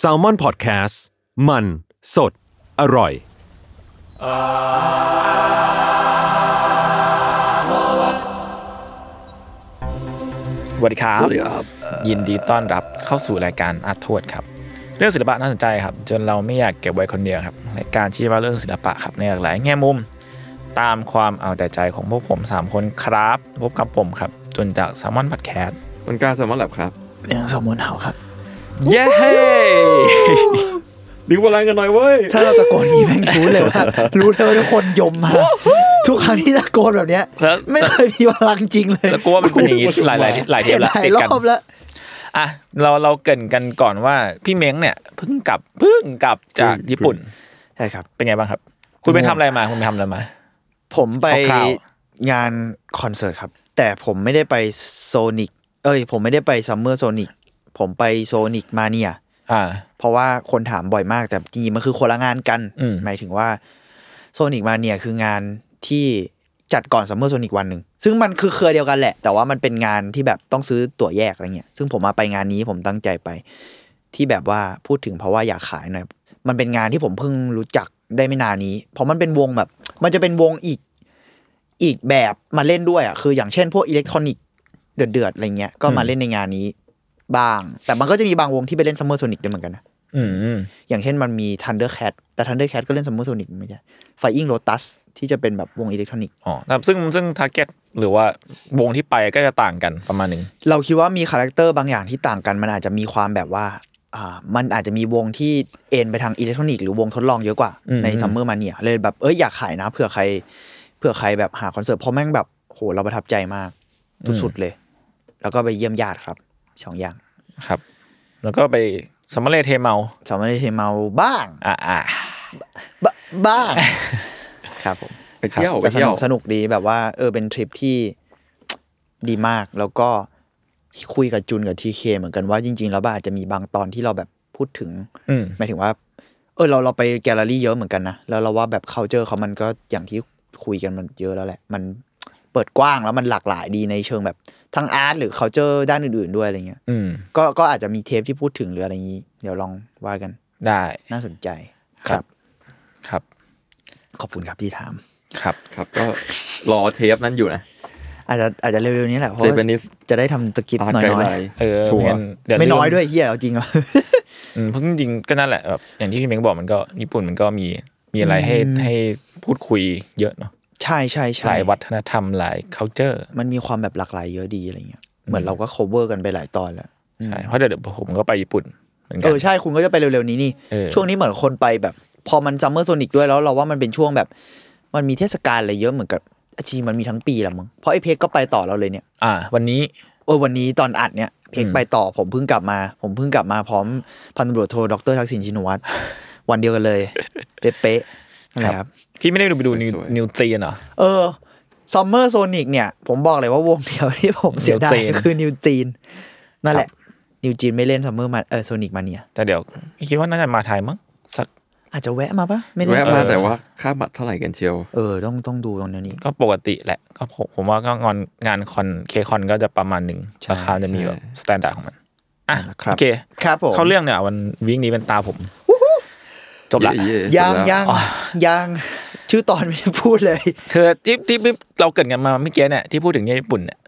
s a l ม o n PODCAST มันสดอร่อย สวัสดีครับ สวัสดีครับ ยินดีต้อนรับเข้าสู่รายการอาร์ตทวดครับ เรื่องศิลปะน่าสนใจครับ จนเราไม่อยากเก็บไว้คนเดียวครับรายการชี้ว่าเรื่องศิลปะครับในหลากหลายแง่มุม ตามความเอาแต่ใจของพวกผม 3 คนครับพบกับผมครับจนจาก s ซ l m o n Podcast มันกล้าแซลมอนแลบครับ ยังสมมติเห่าครับ เย้ ดีกว่าแรงกันหน่อยเว้ย ถ้าเราตะโกนอย่างนี้แม่งรู้เลยว่า รู้เลยว่าทุกคนยมมา ทุกครั้งที่ตะโกนแบบเนี้ย แล้ว ไม่เคยมีพลังจริงเลย แล้วกูว่ามันเป็นอย่างนี้หลายหลายหลายเทปแล้ว หลาย ติด ร กัน อบแล้ว อ่ะเราเราเกรินกันก่อนว่าพี่เม้งเนี่ยเพิ่งกลับเพิ่งกลับจากญี่ปุ่น ใช่ครับ เป็นไงบ้างครับ คุณไปทำอะไรมาคุณไปทำอะไรมา ผมไป คร่าว งานคอนเสิร์ตครับ แต่ผมไม่ได้ไปโซนิกเอ้ย ผมไม่ได้ไปซัมเมอร์โซนิกผมไปโซนิกมาเนีย อ่า เพราะว่าคนถามบ่อยมากแต่จริงๆมันคือคนละงานกัน อืม หมายถึงว่าโซนิกมาเนี่ยคืองานที่จัดก่อนซัมเมอร์โซนิกวันหนึ่ง ซึ่งมันคือเครือเดียวกันแหละ แต่ว่ามันเป็นงานที่แบบต้องซื้อตั๋วแยกอะไรเงี้ย ซึ่งผมมาไปงานนี้ผมตั้งใจไป ที่แบบว่าพูดถึงเพราะว่าอยากขายหน่อย มันเป็นงานที่ผมเพิ่งรู้จักได้ไม่นานนี้ เพราะมันเป็นวงแบบ มันจะเป็นวงอีกอีกแบบมาเล่นด้วยอ่ะ คืออย่างเช่นพวกอิเล็กทรอนิกเดือดๆอะไรเงี้ย ก็มาเล่นในงานนี้บ้าง แต่มันก็จะมีบางวงที่ไปเล่นซัมเมอร์โซนิกด้วยเหมือนกันนะ อืม อย่างเช่นมันมี Thundercat แต่ Thundercat ก็เล่นซัมเมอร์โซนิกไม่ใช่ Flying Lotus ที่จะเป็นแบบวงอิเล็กทรอนิกส์ อ๋อนะครับซึ่งซึ่งทาร์เก็ตหรือว่าวงที่ไปก็จะต่างกันประมาณหนึ่ง เราคิดว่ามีคาแรคเตอร์บางอย่างที่ต่างกัน มันอาจจะมีความแบบว่าอ่ามันอาจจะมีวงที่เอ็นไปทางอิเล็กทรอนิกส์หรือวงทดลองเยอะกว่า อืม ในซัมเมอร์มาเนียเลยแบบเอ้ยอยากขายนะเผื่อใครเผื่อใครแบบหาคอนเสิร์ตเพราะแม่งแบบโหเราประทับใจมากสุดๆเลย แล้วก็ไปเยี่ยมญาติครับสองอย่าง ครับ แล้วก็ไปสมมาเลเทเมา สามารถเทเมาบ้าง อ่าอ่า บ บ้างครับผม ไปเที่ยว ไป แต่ส เที่ย นุ ว กสนุกดีแบบว่าเออเป็นทริปที่ ดีมากแล้วก็คุยกับจุนกับทีเคเหมือนกันว่าจริง ๆ แล้วบ้าอาจจะมีบางตอนที่เราแบบพูดถึง อืม หมายถึงว่า เออเราเราไปแกลเลอรี่เยอะเหมือนกันนะแล้วเราว่าแบบ c u เจอร์เขามันก็อย่างที่คุยกันมันเยอะแล้วแหละ มันเปิดกว้างแล้วมันหลากหลายดีในเชิงแบบทั้งอาร์ตหรือ c u เจอร์ด้านอื่น ๆ ด้วยอะไรเงี้ย อืม ก็ก็อาจจะมีเทปที่พูดถึงหรืออะไรอย่างนี้ เดี๋ยวลองว่ากัน ได้ น่าสนใจ ครับ ขอบคุณครับที่ถาม ครับ ครับ ก็รอเทปนั้นอยู่นะ อาจจะอาจจะเร็วๆนี้แหละเพราะ เจ ว่า แปนิส จะได้ทำสกิปต์ อาร์ต น้ ไกด์ อ ไล ยๆ น์ เออ ชัว ไม่งั้ ร์ เดี๋ว ไม่น้อย ลื ด้วยเฮียเอาจริงอ่ะ อืมเพราะจริงๆก็นั่นแหละแบบอย่างที่พี่เม้งบอกมันก็ญี่ปุ่นมันก็มีมีอะไรให้ อืม ให้พูดคุยเยอะเนาะ ใช่ใช่ ห ใช่ ลายวัฒนธรรมหลาย culture มันมีความแบบหลากหลายเยอะดีอะไรเงี้ยเหมือนเราก็ cover กันไปหลายตอนแล้ว ใช่เพราะเดี๋ยวผมก็ไปญี่ปุ่นเหมือนกั เอน อใช่คุณก็จะไปเร็วๆนี้นี่ เออ ช่วงนี้เหมือนคนไปแบบ พอมันซัมเมอร์โซนิกด้วยแล้วเราว่ามันเป็นช่วงแบบ มันมีเทศกาลอะไรเยอะเหมือนกับจริงมันมีทั้งปีละมั้งเพราะไอเพกก็ไปต่อเราเลยเนี่ย อ่า วันนี้ เออวันนี้ตอนอัดเนี่ยเพก อืม ไปต่อผมเพิ่งกลับมา ผมเพิ่งกลับมาพร้อมพันตำรวจโทดรทักษิณชินวัตร วันเดียวกัน เลยเป๊ะๆนั่นแหละครับ พี่ไม่ได้ไปดูนิวนิวซีแลนด์เหรอ เออซัมเมอร์โซนิกเนี่ย ผมบอกเลยว่าวงเดียวที่ผมเสียดาย นิวจีน ก็คือนิวจีน นั่นแหละ นิวจีนไม่เล่นซัมเมอร์มาเออโซนิกมาเนี่ย แต่เดี๋ยวคิดว่าน่าจะมาไทยมั้งสัก อาจจะแวะมาปะไม่ได้ แวะมา เออ แต่ว่าค่าบัตรเท่าไหร่กันเชียว เออ ต้องต้องดูตรงนี้ ก็ปกติแหละก็ผมผมว่าก็งอนงานคอนเคคอนก็จะประมาณหนึ่ง ใช่ ราคาจะมีแบบสแตนดาร์ดของมันอ่ะ นั่นแหละครับ โอเค ครับผม เข้าเรื่องเนี่ยวันวิ่งนี้เป็นตาผมจบละ เย่ๆ ยัง จบแล้ว ยังยังชื่อตอนไม่ได้พูดเลย คือที่ที่ที่เราเกริดกันมาเมื่อกี้เนี่ยที่พูดถึงเนี่ยญี่ปุ่นเนี่ย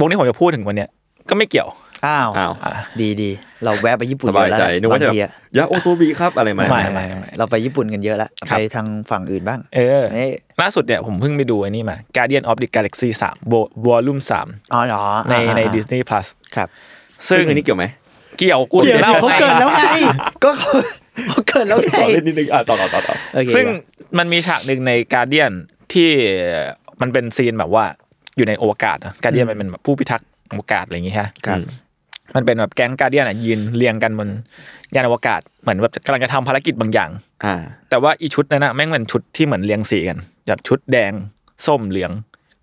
วงที่ผมจะพูดถึงวันเนี้ยก็ไม่เกี่ยว อ้าว อ้าว อ่ะ ดีดีเราแวะไปญี่ปุ่น ส เย บาย อะแล้ว ใจ แหละ นึกว่าจะ บงทีอะ ยาโอโซบีครับอะไรไหม ไม่ ไม่ไม่ไม่เราไปญี่ปุ่นกันเยอะแล้ว ครั ไป บ ทางฝั่งอื่นบ้าง เออ เอ้ย ล่าสุดเนี่ยผมเพิ่งไปดูไอ้นี่มา Guardian of the Galaxy 3 Volume อ๋อเหรอ 3ใน อ่า ใน อ่า Disney Plus ครับ ซึ่ง เรื่องนี้เกี่ยวไหม เกี่ยวกู เดี๋ยว จะล่ เขาเกิน ให้ แล้วไงก็เขาเขาเกินแล้วไง ขอเล่นนิดนึงอ่ะต่อต่อต่อต่อ โอเค ซึ่งมันมีฉากหนึ่งในการเดียนที่มันเป็นซีนแบบว่าอยู่ในอวกาศการเดียนมันเป็นแบบผู้พิทักษ์อวกาศอะไรอย่างงี้ฮะ ครับ มันเป็นแบบแก๊งการเดียนอ่ะยืนเรียงกันบนยานอวกาศเหมือนแบบกำลังจะทำภารกิจบางอย่าง อ่า แต่ว่าอีชุดนั้นนะแม่งเป็นชุดที่เหมือนเรียงสีกันแบบชุดแดงส้มเหลือง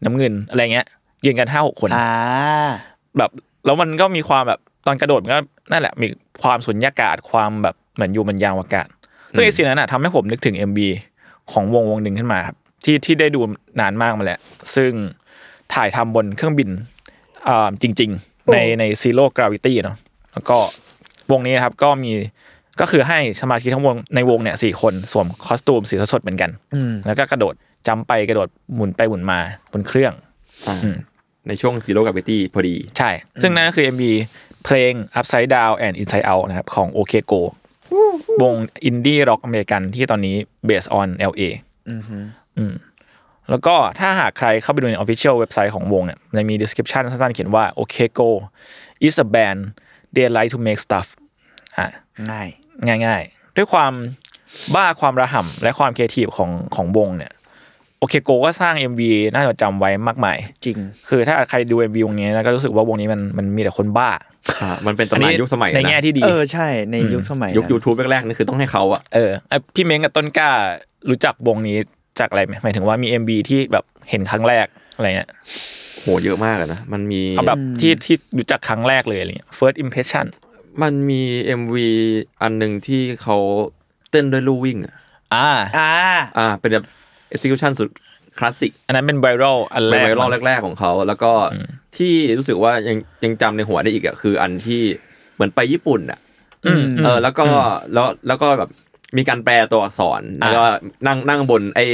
น้ำเงินอะไรเงี้ยยืนกันห้าหกคน อ่า แบบแล้วมันก็มีความแบบตอนกระโดดมันก็นั่นแหละมีความสุญญากาศความแบบเหมือนอยู่บนยานอวกาศซึ่งไอซีนนั้นนะทำให้ผมนึกถึง MB ของวงวงหนึ่งขึ้นมาครับที่ที่ได้ดูนานมากมาแล้วซึ่งถ่ายทำบนเครื่องบินอ่าจริง ๆ ในในซีโร่กราวิตี้เนาะแล้วก็ วงนี้นะครับก็มีก็คือให้สมาชิกทั้งวงในวงเนี่ยสี่คนสวมคอสตูมสีสดๆเหมือนกัน อืม แล้วก็กระโดดจำไปกระโดดหมุนไปหมุนมาบนเครื่อง อ่า อืม ในช่วงซีโร่กับเบตตี้พอดี ใช่ ซึ่งนั่นก็คือ MV เพลง Upside Down and Inside Out นะครับ ของ OK Go วงอินดี้ร็อกอเมริกันที่ตอนนี้ based on LA อืมแล้วก็ถ้าหากใครเข้าไปดูใน Official เว็บไซต์ของวงเนี่ยมันมี description สั้นๆ เขียนว่า OK Go is a band they like to make stuff อ่ะ ง่าย ง่ายๆ ด้วยความบ้าความระห่ำและความครีเอทีฟของของวงเนี่ยโอเคโกก็สร้าง MV น่าจดจำไว้มากมาย จริง คือถ้าใครดู MV วงนี้นะก็รู้สึกว่าวงนี้มันมันมีแต่คนบ้า อ่า มันเป็นตำนานยุคสมัย ใน นะ แง่ที่ดี เออ ใช่ในยุคสมัย ยุค นั้น ยูทูบแรกๆนี่คือต้องให้เขาอะ เออไอ้พี่เม้งกับต้นกล้ารู้จักวงนี้จากอะไรไหมหมายถึงว่ามี MV ที่แบบเห็นครั้งแรกอะไรเงี้ย โหเยอะมากอะนะ มันมี เอาแบบที่ที่รู้จักครั้งแรกเลยอะไรเงี้ย first impression มันมี MV อันหนึ่งที่เขาเต้นด้วยลู่วิ่งอะ อ่า อ่า อ่า เป็นแบบ execution สุดคลาสสิก อันนั้นเป็นไวรัลอันแร เป็น ก ไวรัลแรก ๆ ของเขา แล้วก็ที่รู้สึกว่ายังยังจำในหัวได้อีกอะคืออันที่เหมือนไปญี่ปุ่นอะ อืม เออแล้วก็แล้วแล้วก็แบบมีการแปลตัวอักษร อ่า แล้วก็นั่งนั่งบนไอ้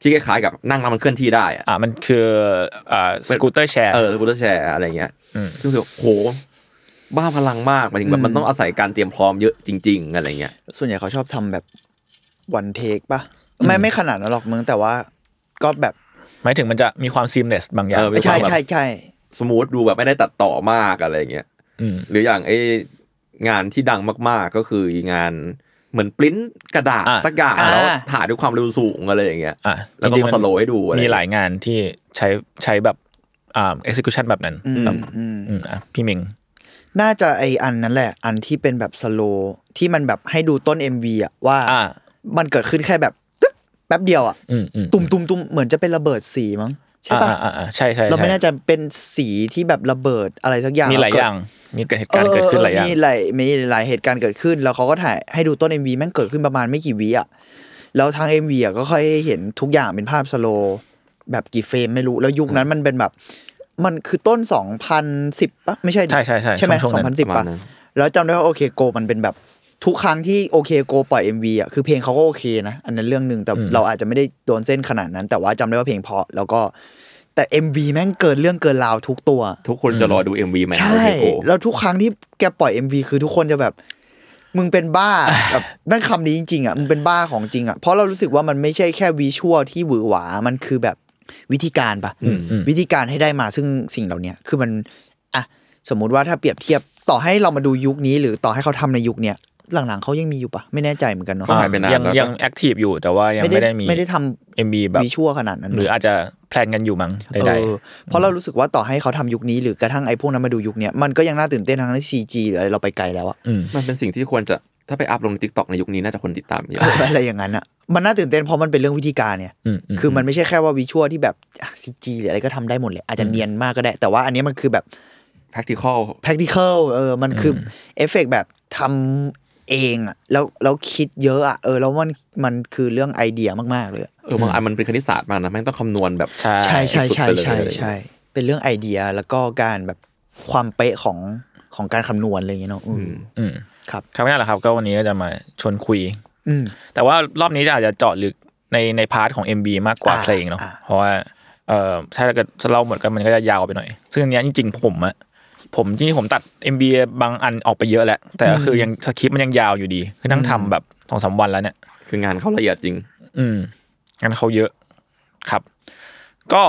ที่คล้ายๆกับนั่งแล้วมันเคลื่อนที่ได้อะ อ่ามันคืออ่าสกูตเตอร์แชร์ เออกูเตอร์แชร์อะไรเงี้ย อืม ซึ่งรู้สึกโหบ้าพลังมากหมายถึงแบบมันต้องอาศัยการเตรียมพร้อมเยอะจริง ๆ อะไรเงี้ย ส่วนใหญ่เขาชอบทำแบบวันเทคปะไม่ไม่ขนาดนั้นหรอกมึงแต่ว่าก็แบบ หมายถึงมันจะมีความ seamless บางอย่าง เออมีควาใช่มแบบ ใช่ใช่ สมูทดูแบบไม่ได้ตัดต่อมากอะไรเงี้ย อืม หรืออย่างไองานที่ดังมากๆก็คืองานเหมือนปริ้นกระดาษ อ่ะ สักอย่างแล้วถ่ายด้วยความเร็วสูงอะไรอย่างเงี้ย อ่ะ แล้วก็ จริงๆ มาน สโลว์ให้ดูอะไร มีหลายงานที่ใช้ใช้แบบอ่า execution แบบนั้น อืม แบบ อืม อืมอ่ะพี่เม้ง น่าจะไออันนั้นแหละ อันที่เป็นแบบสโลที่มันแบบให้ดูต้น MV อะว่า อ่า มันเกิดขึ้นแค่แบบตึ๊บแป๊บเดียวอะ อืมอืม ตุ่มตุ่มตุ่มเหมือนจะเป็นระเบิดสีมั้งใช่ปะ อ่าอ่าอ่าใช่ใช่ เราไม่ ใช่ แน่ใจเป็นสีที่แบบระเบิดอะไรสักอย่าง มีหลาย แวอเกิด ย่าง มีเหตุการณ์เกิดขึ้นหลายอย่าง มีหลายมีหลายเหตุการณ์เกิดขึ้น แล้วเขาก็ถ่ายให้ดูต้น MV แม่งเกิดขึ้นประมาณไม่กี่วิอ่ะ แล้วทาง MV อ่ะก็ค่อยเห็นทุกอย่างเป็นภาพสโลว์แบบกี่เฟรมไม่รู้ แล้วยุคนั้นมันเป็นแบบ มันคือต้น 2010ปะไม่ใช่ดิ ใช่ใช่ใช่ ใช่ไหม ช่วงนั้น ประ 2010 มา ปะ ณนั้น แล้วจำได้ว่าโอเคโกมันเป็นแบบทุกครั้งที่โอเคโกปล่อย MV อ่ะคือเพลงเขาก็โอเคนะ อันนั้นเรื่องหนึ่งแต่เราอาจจะไม่ได้โดนเส้นขนาดนั้น แต่ว่าจำได้ว่าเพลงเพราะแล้วก็แต่ MV แม่งเกินเรื่องเกินราวทุกตัว ทุกคนจะรอดู MV ใหม่ของ ใช่ เฮโก แล้วทุกครั้งที่แกปล่อย MV คือทุกคนจะแบบ มึงเป็นบ้า แบบ นั่นคำนี้จริงๆอ่ะมึงเป็นบ้าของจริงอ่ะเพราะเรารู้สึกว่ามันไม่ใช่แค่วิชวลที่หวือหวา มันคือแบบวิธีการปะวิธีการให้ได้มาซึ่งสิ่งเหล่าเนี้ยคือมันอ่ะสมมุติว่าถ้าเปรียบเทียบต่อให้เรามาดูยุคนี้ หรือต่อให้เขาทำในยุคเนี้ยหลังๆเขายังมีอยู่ปะไม่แน่ใจเหมือนกันเนาะ ก็หายไปนาน ยัง แล้ว ยัง active อยู่แต่ว่ายังไม่ได้มี ไม่ได้ทำ MV แบบ วิชวลขนาดนั้น หรือ เนะ อาจจะแพลนกันอยู่มั้ง เอ ใด อเพราะเรารู้สึกว่าต่อให้เขาทำยุคนี้หรือกระทั่งไอ้พวกนั้นมาดูยุคเนี้ยมันก็ยังน่าตื่นเต้นทั้งในซีจีหรืออะไรเราไปไกลแล้วอะ มันเป็นสิ่งที่ควรจะถ้าไปอัพลงในทิกตอกในยุคนี้น่าจะคนติดตามเยอะ อะไรอย่างนั้นอะมันน่าตื่นเต้นเพราะมันเป็นเรื่องวิธีการเนี่ย อืมอืม คือมันไม่ใช่แค่ว่าวิชวลที่แบบซีจีหรืออะไรก็ทำได้หมดเลยอาจจะเนียนมากก็ได้ แต่ว่าอันนี้มันคือแบบ practical practical เออมันคืออเอฟเฟกต์แบบทำเองอะแล้วแล้วคิดเยอะอะเออแล้วมันมันคือเรื่องไอเดียมากๆเลยอะ เออบางอันมันเป็นคณิตศาสตร์มากนะแม่งต้องคำนวณแบบ ๆ ใช่ ใช่ใช่ใช่ สุดไปเลย ใช่ใช่เป็นเรื่องไอเดียแล้วก็การแบบความเป๊ะของของการคำนวณอะไรอย่างเงี้ยเนาะอืม อืม ครับ ครับนั่นแหละครับ ก็วันนี้ก็จะมาชวนคุย อืม แต่ว่ารอบนี้จะอาจจะเจาะลึกในในพาร์ทของ MB มากกว่า อ่า เพลงเนาะ อ่า เพราะว่าเอ่อถ้าเกิดเราหมดกันมันก็จะยาวไปหน่อย ซึ่งอันเนี้ยจริงๆผมอะผมจริงๆผมตัด MB บางอันออกไปเยอะแล้ว แต่ก็คือยังสคริปต์มันยังยาวอยู่ดี คือนั่งทำแบบสองสามวันแล้วเนี่ย คืองานเขาละเอียดจริง อืมงั้นเขาเยอะครับ ก็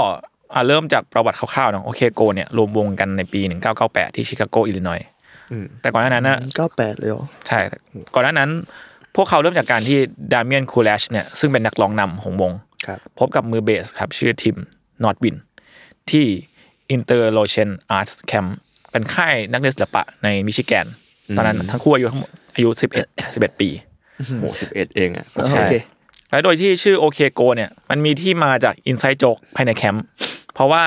อ่ะเริ่มจากประวัติคร่าวๆเนาะโอเคโกเนี่ยรวมวงกันในปี 1998 ที่ชิคาโกอิลลินอยส์ อืม แต่ก่อนหน้านั้นนะ เก้าแปดเลยเหรอ ใช่แต่ก่อนหน้านั้น พวกเขาเริ่มจากการที่ดาม i อนคูล s ชเนี่ยซึ่งเป็นนักร้องนำของวง ครับ พบกับมือเบสครับ ชื่อทิมนอตบิน ที่ Interlochen Arts Camp เป็นค่ายนักเรียนศิลปะในมิชิแกน ตอนนั้นทั้งคู่อายุทั้งหมดอายุ 11 11 ปี โหสิบเอ็ดเองอ่ะ โอ ใช่ เค และโดยที่ชื่อโอเคโกเนี่ยมันมีที่มาจากอินไซ e ์โจกภายในแคมป์เพราะว่า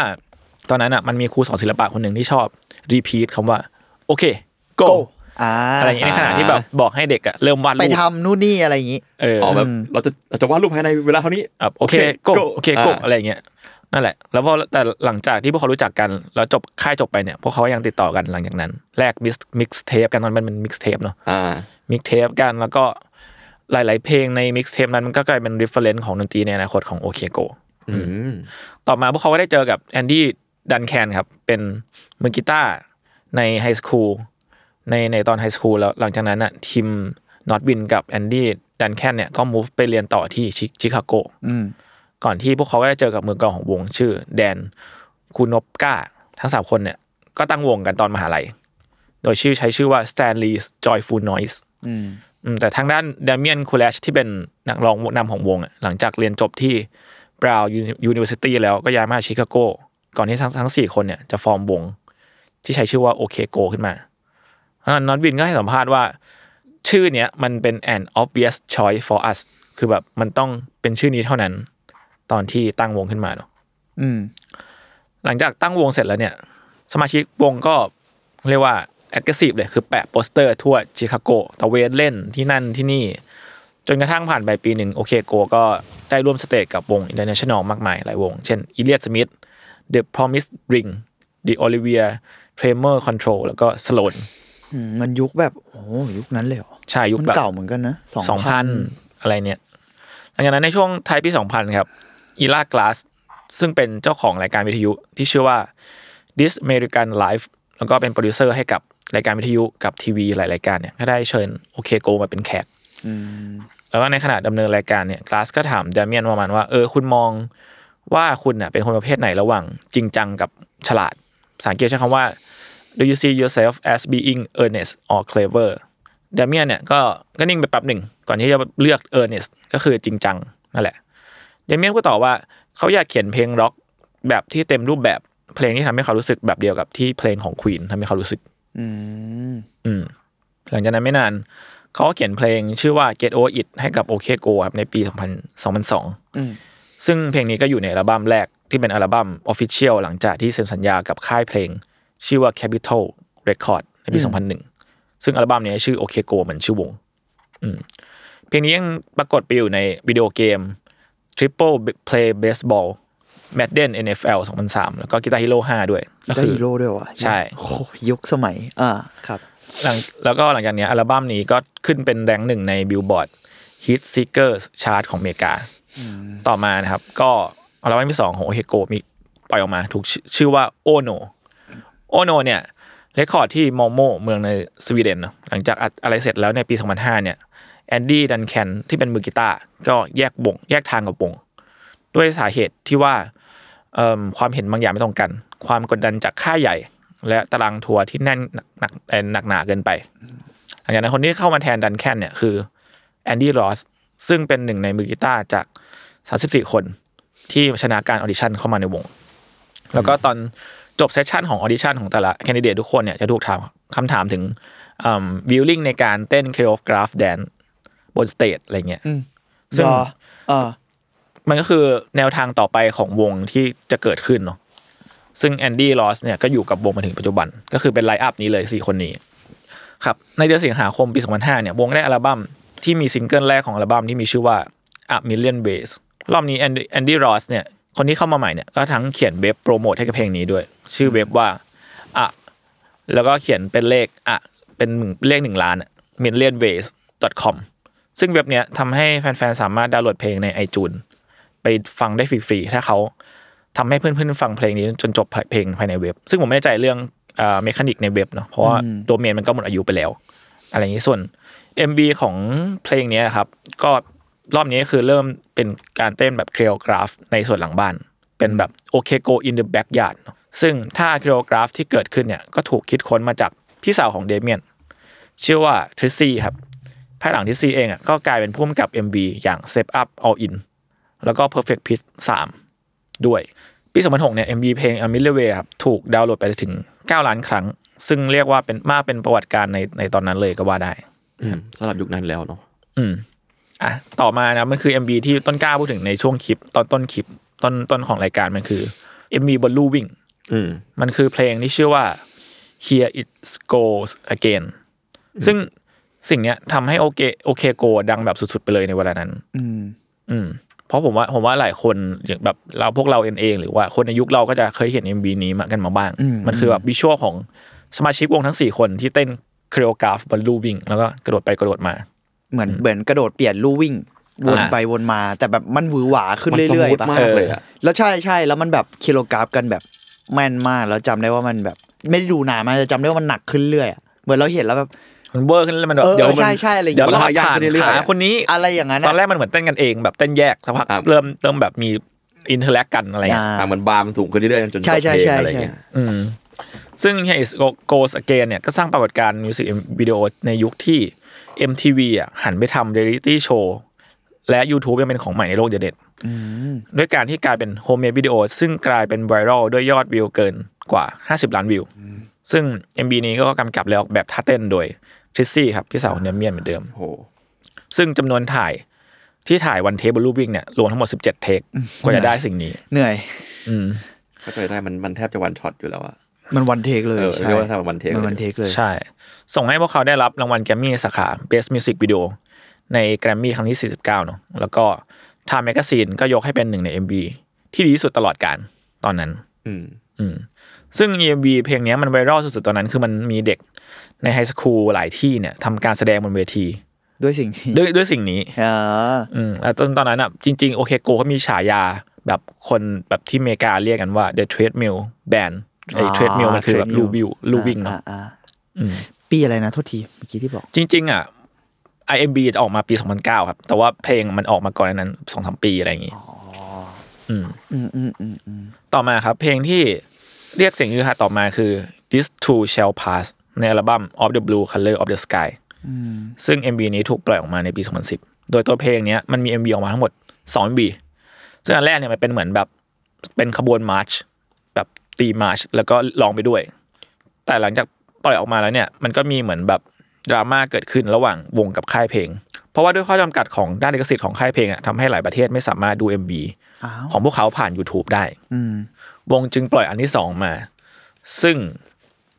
ตอนนั้นอ่ะมันมีครูสอนศิลปะคนหนึ่งที่ชอบรีพีทคำว่าโอเคโก go อ่า อะไรอย่างเงี้ยในขณะที่แบบบอกให้เด็กอะเริ่มวาดรู ไป ป ทำนู่นนี่อะไรอย่างงี้ เออ อ๋อแบบเราจะเราจะวาดรูปภายในเวลาเท่านี้ แบบโอเค โอเค โก go โอเคโก อ่า อะไรอย่างเงี้ย นั่นแหละ แล้วพอแต่หลังจากที่พวกเขารู้จักกัน แล้วจบค่ายจบไปเนี่ย พวกเขายังติดต่อกันหลังจากนั้นแลกมิกมิกซ์เทปกันตอนนั้นมันเป็นมิกซ์เทปเนาะ อ่า มิกเทปกันแล้วก็หลาย ๆ เพลงในมิกเทปนั้นมันก็กลายเป็นรีเฟรนซ์ของดนตรีในอนาคตของโอเคโก อืม ต่อมาพวกเขาก็ได้เจอกับแอนดี้ดันแคนครับ เป็นมือกีตาร์ในไฮสคูลในในตอนไฮสคูลแล้วหลังจากนั้นน่ะทีมนอตวินกับแอนดี้ดันแคนเนี่ยก็มูฟไปเรียนต่อที่ชิชิคาโก อืม ก่อนที่พวกเขาก็จะเจอกับมือกลองของวงชื่อ แดนคูนบก้า ทั้งสามคนเนี่ย ก็ตั้งวงกันตอนมหาลัย โดยชื่อใช้ชื่อว่า Stanley's Joyful Noise อืม อืมแต่ทางด้านเดเมียนคูเลชที่เป็นนักร้องนำของวงอะหลังจากเรียนจบที่ Brown University แล้วก็ย้ายมาชิคาโก ก่อนที่ทั้งทั้งสี่คนเนี่ยจะฟอร์มวง ที่ใช้ชื่อว่าโอเคโกขึ้นมาน็อตวินก็ให้สัมภาษณ์ว่า ชื่อเนี้ยมันเป็น an obvious choice for us คือแบบมันต้องเป็นชื่อนี้เท่านั้น ตอนที่ตั้งวงขึ้นมาเนาะ อืม หลังจากตั้งวงเสร็จแล้วเนี่ย สมาชิกวงก็เรียกว่า aggressive เลย คือแปะโปสเตอร์ทั่วชิคาโกตะเวนเล่นที่นั่นที่นี่ จนกระทั่งผ่านไปปีหนึ่งโอเคโกก็ได้ร่วมสเตจกับวง international มากมายหลายวง เช่น e l i o t Smith The Promise Ring The Olivia Tremor Control แล้วก็ Sloan อืม มันยุคแบบ โอ้ยุคนั้นเลยเหรอ ใช่ยุค มัน แบบ เก่าเหมือนกันนะสอง สอง พั พั น นอะไรเนี่ย หลังจากนั้นในช่วงท้ายปีสองพันครับอีล่ากลาสซึ่งเป็นเจ้าของรายการวิทยุที่ชื่อว่า This American Life แล้วก็เป็นโปรดิวเซอร์ให้กับรายการวิทยุกับทีวีหลายรายการเนี่ยก็ได้เชิญโอเคโกมาเป็นแขก อืม แล้วก็ในขณะดำเนินรายการเนี่ยกลาสก็ถามเดเมียนประมาณว่าเออคุณมองว่าคุณเน่ะเป็นคนประเภทไหนระหว่างจริงจังกับฉลาดภาษาอังกฤษใช้คำว่า do you see yourself as being earnest or clever เดเมียนเนี่ยก็ก็นิ่งไปแป๊บหนึ่ง ก่อนที่จะเลือก earnest ก็คือจริงจังนั่นแหละ เดเมียนก็ตอบว่าเขาอยากเขียนเพลงร็อกแบบที่เต็มรูปแบบเพลงที่ทำให้เขารู้สึกแบบเดียวกับที่เพลงของควีนทำให้เขารู้สึก อืม อืมหลังจากนั้นไม่นาน เขาก็เขียนเพลงชื่อว่า Get Over It ให้กับ OK Go ครับในปี 2000 2002 อืม ซึ่งเพลงนี้ก็อยู่ในอัลบั้มแรกที่เป็นอัลบั้ม Official หลังจากที่เซ็นสัญญากับค่ายเพลง ชื่อว่า Capital Record ในปี อืม 2001 ซึ่งอัลบั้มนี้ชื่อ OK Go เหมือนชื่อวงอืมเพลงนี้ยังปรากฏไปอยู่ในวิดีโอเกม Triple Play Baseball Madden NFL 2003 แล้วก็ Guitar Hero 5 ด้วยก็ ก็ คือ ฮีโร่ด้วยวะ ใช่ โอ้โหยุคสมัย อ่า ครับ หลังแล้วก็หลังจากเนี้ยอัลบั้มนี้ก็ขึ้นเป็นแรงหนึ่งในบิลบอร์ด Hit Seekers Chart ของอเมริกา ต่อมานะครับ ก็อัลบั้มที่สองของโอเ g o มีปล่อยออกมาถูกชื่อชื่อว่า o n o o n o เนี่ยเรคคอร์ดที่มอโมเมืองในสวีเดนเนอะหลังจากอัดอะไรเสร็จแล้วในปี 2005 เนี่ยแอนดี้ดันแคนที่เป็นมือกีตาร์ก็แยกวงแยกทางกับวง ด้วยสาเหตุที่ว่าเอิ่มความเห็นบางอย่างไม่ตรงกัน ความกดดันจากค่ายใหญ่ และตารางทัวร์ที่แน่นหนักหนักหนักหนาเกินไปหลังจากนั้นคนที่เข้ามาแทนดันแคนเนี่ยคือแอนดี้รอสซึ่งเป็นหนึ่งในมือกีตาร์จาก 34 คนที่ชนะการออดิชั่นเข้ามาในวง แล้วก็ตอนจบเซสชันของออดิชั่นของแต่ละแคนดิเดตทุกคนเนี่ยจะถูกถามคำถามถึงวิวลิ่งในการเต้นเคโรกราฟแดนบนสเตจอะไรเงี้ย อืม ซึ่ ซึ่ ง งอ่า มันก็คือแนวทางต่อไปของวงที่จะเกิดขึ้นเนาะ ซึ่งแอนดี้ลอสเนี่ยก็อยู่กับวงมาถึงปัจจุบัน ก็คือเป็นไลน์อัพนี้เลยสี่คนนี้ ครับ ในเดือนสิงหาคมปี 2005 เนี่ย วงได้อัลบั้มที่มีซิงเกิลแรกของอัลบั้มที่มีชื่อว่า A Million Ways รอบนี้แอนดี้ลอสเนี่ย คนที่เข้ามาใหม่เนี่ย ก็ทั้งเขียนเว็บโปรโมทให้กับเพลงนี้ด้วย ชื่อเว็บว่าอะแล้วก็เขียนเป็นเลขอะเป็นหนึ่งเลขหนึ่งล้าน million ways com ซึ่งเว็บเนี้ยทำให้แฟนๆสามารถดาวน์โหลดเพลงใน iTunes ไปฟังได้ฟรีๆ ถ้าเขาทำให้เพื่อนๆ ฟังเพลงนี้จนจบเพลงภายในเว็บ ซึ่งผมไม่แน่ใจเรื่องเมคานิกในเว็บเนาะเพราะว่า อืม โดเมนมันก็หมดอายุไปแล้ว อะไรอย่างนี้ส่วน MB ของเพลงเนี้ยครับ ก็รอบนี้คือเริ่มเป็นการเต้นแบบเครียกราฟในส่วนหลังบ้าน เป็นแบบโอเคโกอินเดอะแบ็กยาร์ดซึ่งท่าเครียกราฟที่เกิดขึ้นเนี่ยก็ถูกคิดค้นมาจากพี่สาวของเดเมียน ชื่อว่าทริซซี่ครับ ภายหลังทริซซี่เองอ่ะก็กลายเป็นผู้กำกับ MB อย่าง Step Up All In แล้วก็ Perfect Pitch 3 ด้วย ปี 2006 เนี่ย MB เพลง A m i l l i o n Way ครับ ถูกดาวน์โหลดไปถึง 9 ล้านครั้ง ซึ่งเรียกว่าเป็นมากเป็นประวัติการณ์ในในตอนนั้นเลยก็ว่าได้ อืมสำหรับยุคนั้นแล้วเนาะ อืม อ่ะ ต่อมานะมันคือ MB ที่ต้นกล้าพูดถึงในช่วงคลิป ตอนต้นคลิปต้นต้นของรายการมันคือ MB บนลู่วิ่ง อืม มันคือเพลงที่ชื่อว่า Here It Goes Again ซึ่งสิ่งเนี้ยทำให้โอเคโอเคโกดังแบบสุดๆ ไปเลยในเวลานั้น อืม อืม เพราะผมว่าผมว่าหลายคนอย่างแบบเราพวกเราเองเองหรือว่าคนในยุคเราก็จะเคยเห็น MV นี้มากันมาบ้าง อืม มันคือแบบวิชวลของสมาชิกวงทั้ง 4 คนที่เต้นครีโอกราฟบนลูวิ่งแล้วก็กระโดดไปกระโดดมา เหมือนเหมือนกระโดดเปลี่ยนลู่วิ่ง วน อ่า ไปวนมา แต่แบบมันหวือหวาขึ้น มันส เรื่อย มูท ๆปะ มากเลยอะ แล้วใช่ใช่แล้วมันแบบกิโลกราฟกันแบบแม่นมากแล้วจำได้ว่ามันแบบ ไม่ได้ดูนานมากแต่จำได้ว่ามันหนักขึ้นเรื่อยอะเหมือนเราเห็นแล้วแบบ มันเวอร์ขึ้นแล้วมันแบบ เออ เดี๋ยวมัน ใช่ใช่อะไรอย่างเงี้ เดี๋ย ย วเราผ่านขาคนนี้ อะไรอย่างนั้น ต อะ อนแรกมันเหมือนเต้นกันเองแบบเต้นแยกสักพัก ครับ เริ่มเริ่มแบบมีอินเทอร์แลกกันอะไรอย่างเงี้ย อ่า อ่ะเหมือนบาร์มันสูงขึ้นเรื่อยๆจนจบ ใช่ใช่ เพล ใช่ งอะไรเงี้ย อืมซึ่ง Here Is Go- Goes Again เนี่ยก็สร้างปรากฏการณ์มิวสิกวิดีโอในยุคที่ MTV อ่ะหันไปทำเรียลิตี้โชว์และ YouTube ยังเป็นของใหม่ในโลกเดียวเด็ด อืม ด้วยการที่กลายเป็นโฮมเมดวิดีโอซึ่งกลายเป็นไวรัลด้วยยอดวิวเกินกว่า 50 ล้านวิว ซึ่ง MB นี้ก็กำกับและออกแบบท่าเต้นโดยทริซซี่ครับพี่สาวของเนมเมียนเหมือนเดิม โอ้โห ซึ่งจำนวนถ่ายที่ถ่ายวันเทปบนรูปวิ่งเนี่ยรวมทั้งหมด 17 เทคกว่าจะได้สิ่งนี้ เหนื่อย อืม ก็จะได้มันมันแทบจะวันช็อตอยู่แล้วอะ มันวันเทคเลย เออ ใช่ เรียกว่าทำวันเทคเลย มันวันเทคเลย ใช่ ส่งให้พวกเขาได้รับรางวัลแกรมมี่สาขา Best Music Video ในแกรมมี่ครั้งที่ 49เนอะแล้วก็ทางแมกกาซีนก็ยกให้เป็นหนึ่งใน MB ที่ดีที่สุดตลอดการตอนนั้น อืม อืมซึ่ง MV เพลงเนี้ยมันไวรัลสุดๆตอนนั้น คือมันมีเด็กในไฮสคูลหลายที่เนี่ยทำการแสดงบนเวที ด้วยสิ่งนี้ ด้วยด้วยสิ่งนี้ อ่า อืมแล้วตอนตอนนั้นอ่ะจริง ๆ โอเคโกเขามีฉายาแบบคนแบบที่อเมริกาเรียกกันว่า the treadmill band ไอ้ treadmill มันคือแบบลูวิวลูวิ่งเนาะ อ่าอ่า อืม ปีอะไรนะโทษทีเมื่อกี้ที่บอก จริง ๆ อ่ะ IMB จะออกมาปี 2009 ครับ แต่ว่าเพลงมันออกมาก่อนอันนั้นสองสามปีอะไรอย่างงี้อืม อืมอืมอืมอืม ต่อมาครับ เพลงที่เรียกเสียงฮือฮาต่อมาคือ This Too Shall Pass ในอัลบั้ม Of the Blue Color of the Sky ซึ่ง MV นี้ถูกปล่อยออกมาในปี 2010 โดยตัวเพลงเนี้ยมันมี MV ออกมาทั้งหมด 2 MV ซึ่งอันแรกเนี่ยมันเป็นเหมือนแบบเป็นขบวนมาร์ชแบบตีมาร์ชแล้วก็ร้องไปด้วย แต่หลังจากปล่อยออกมาแล้วเนี่ย มันก็มีเหมือนแบบดราม่าเกิดขึ้นระหว่างวงกับค่ายเพลง เพราะว่าด้วยข้อจำกัดของด้านลิขสิทธิ์ของค่ายเพลงอะทำให้หลายประเทศไม่สามารถดู MV อ้าว ของพวกเขาผ่าน YouTube ได้ อืม วงจึงปล่อยอันที่สองมา ซึ่ง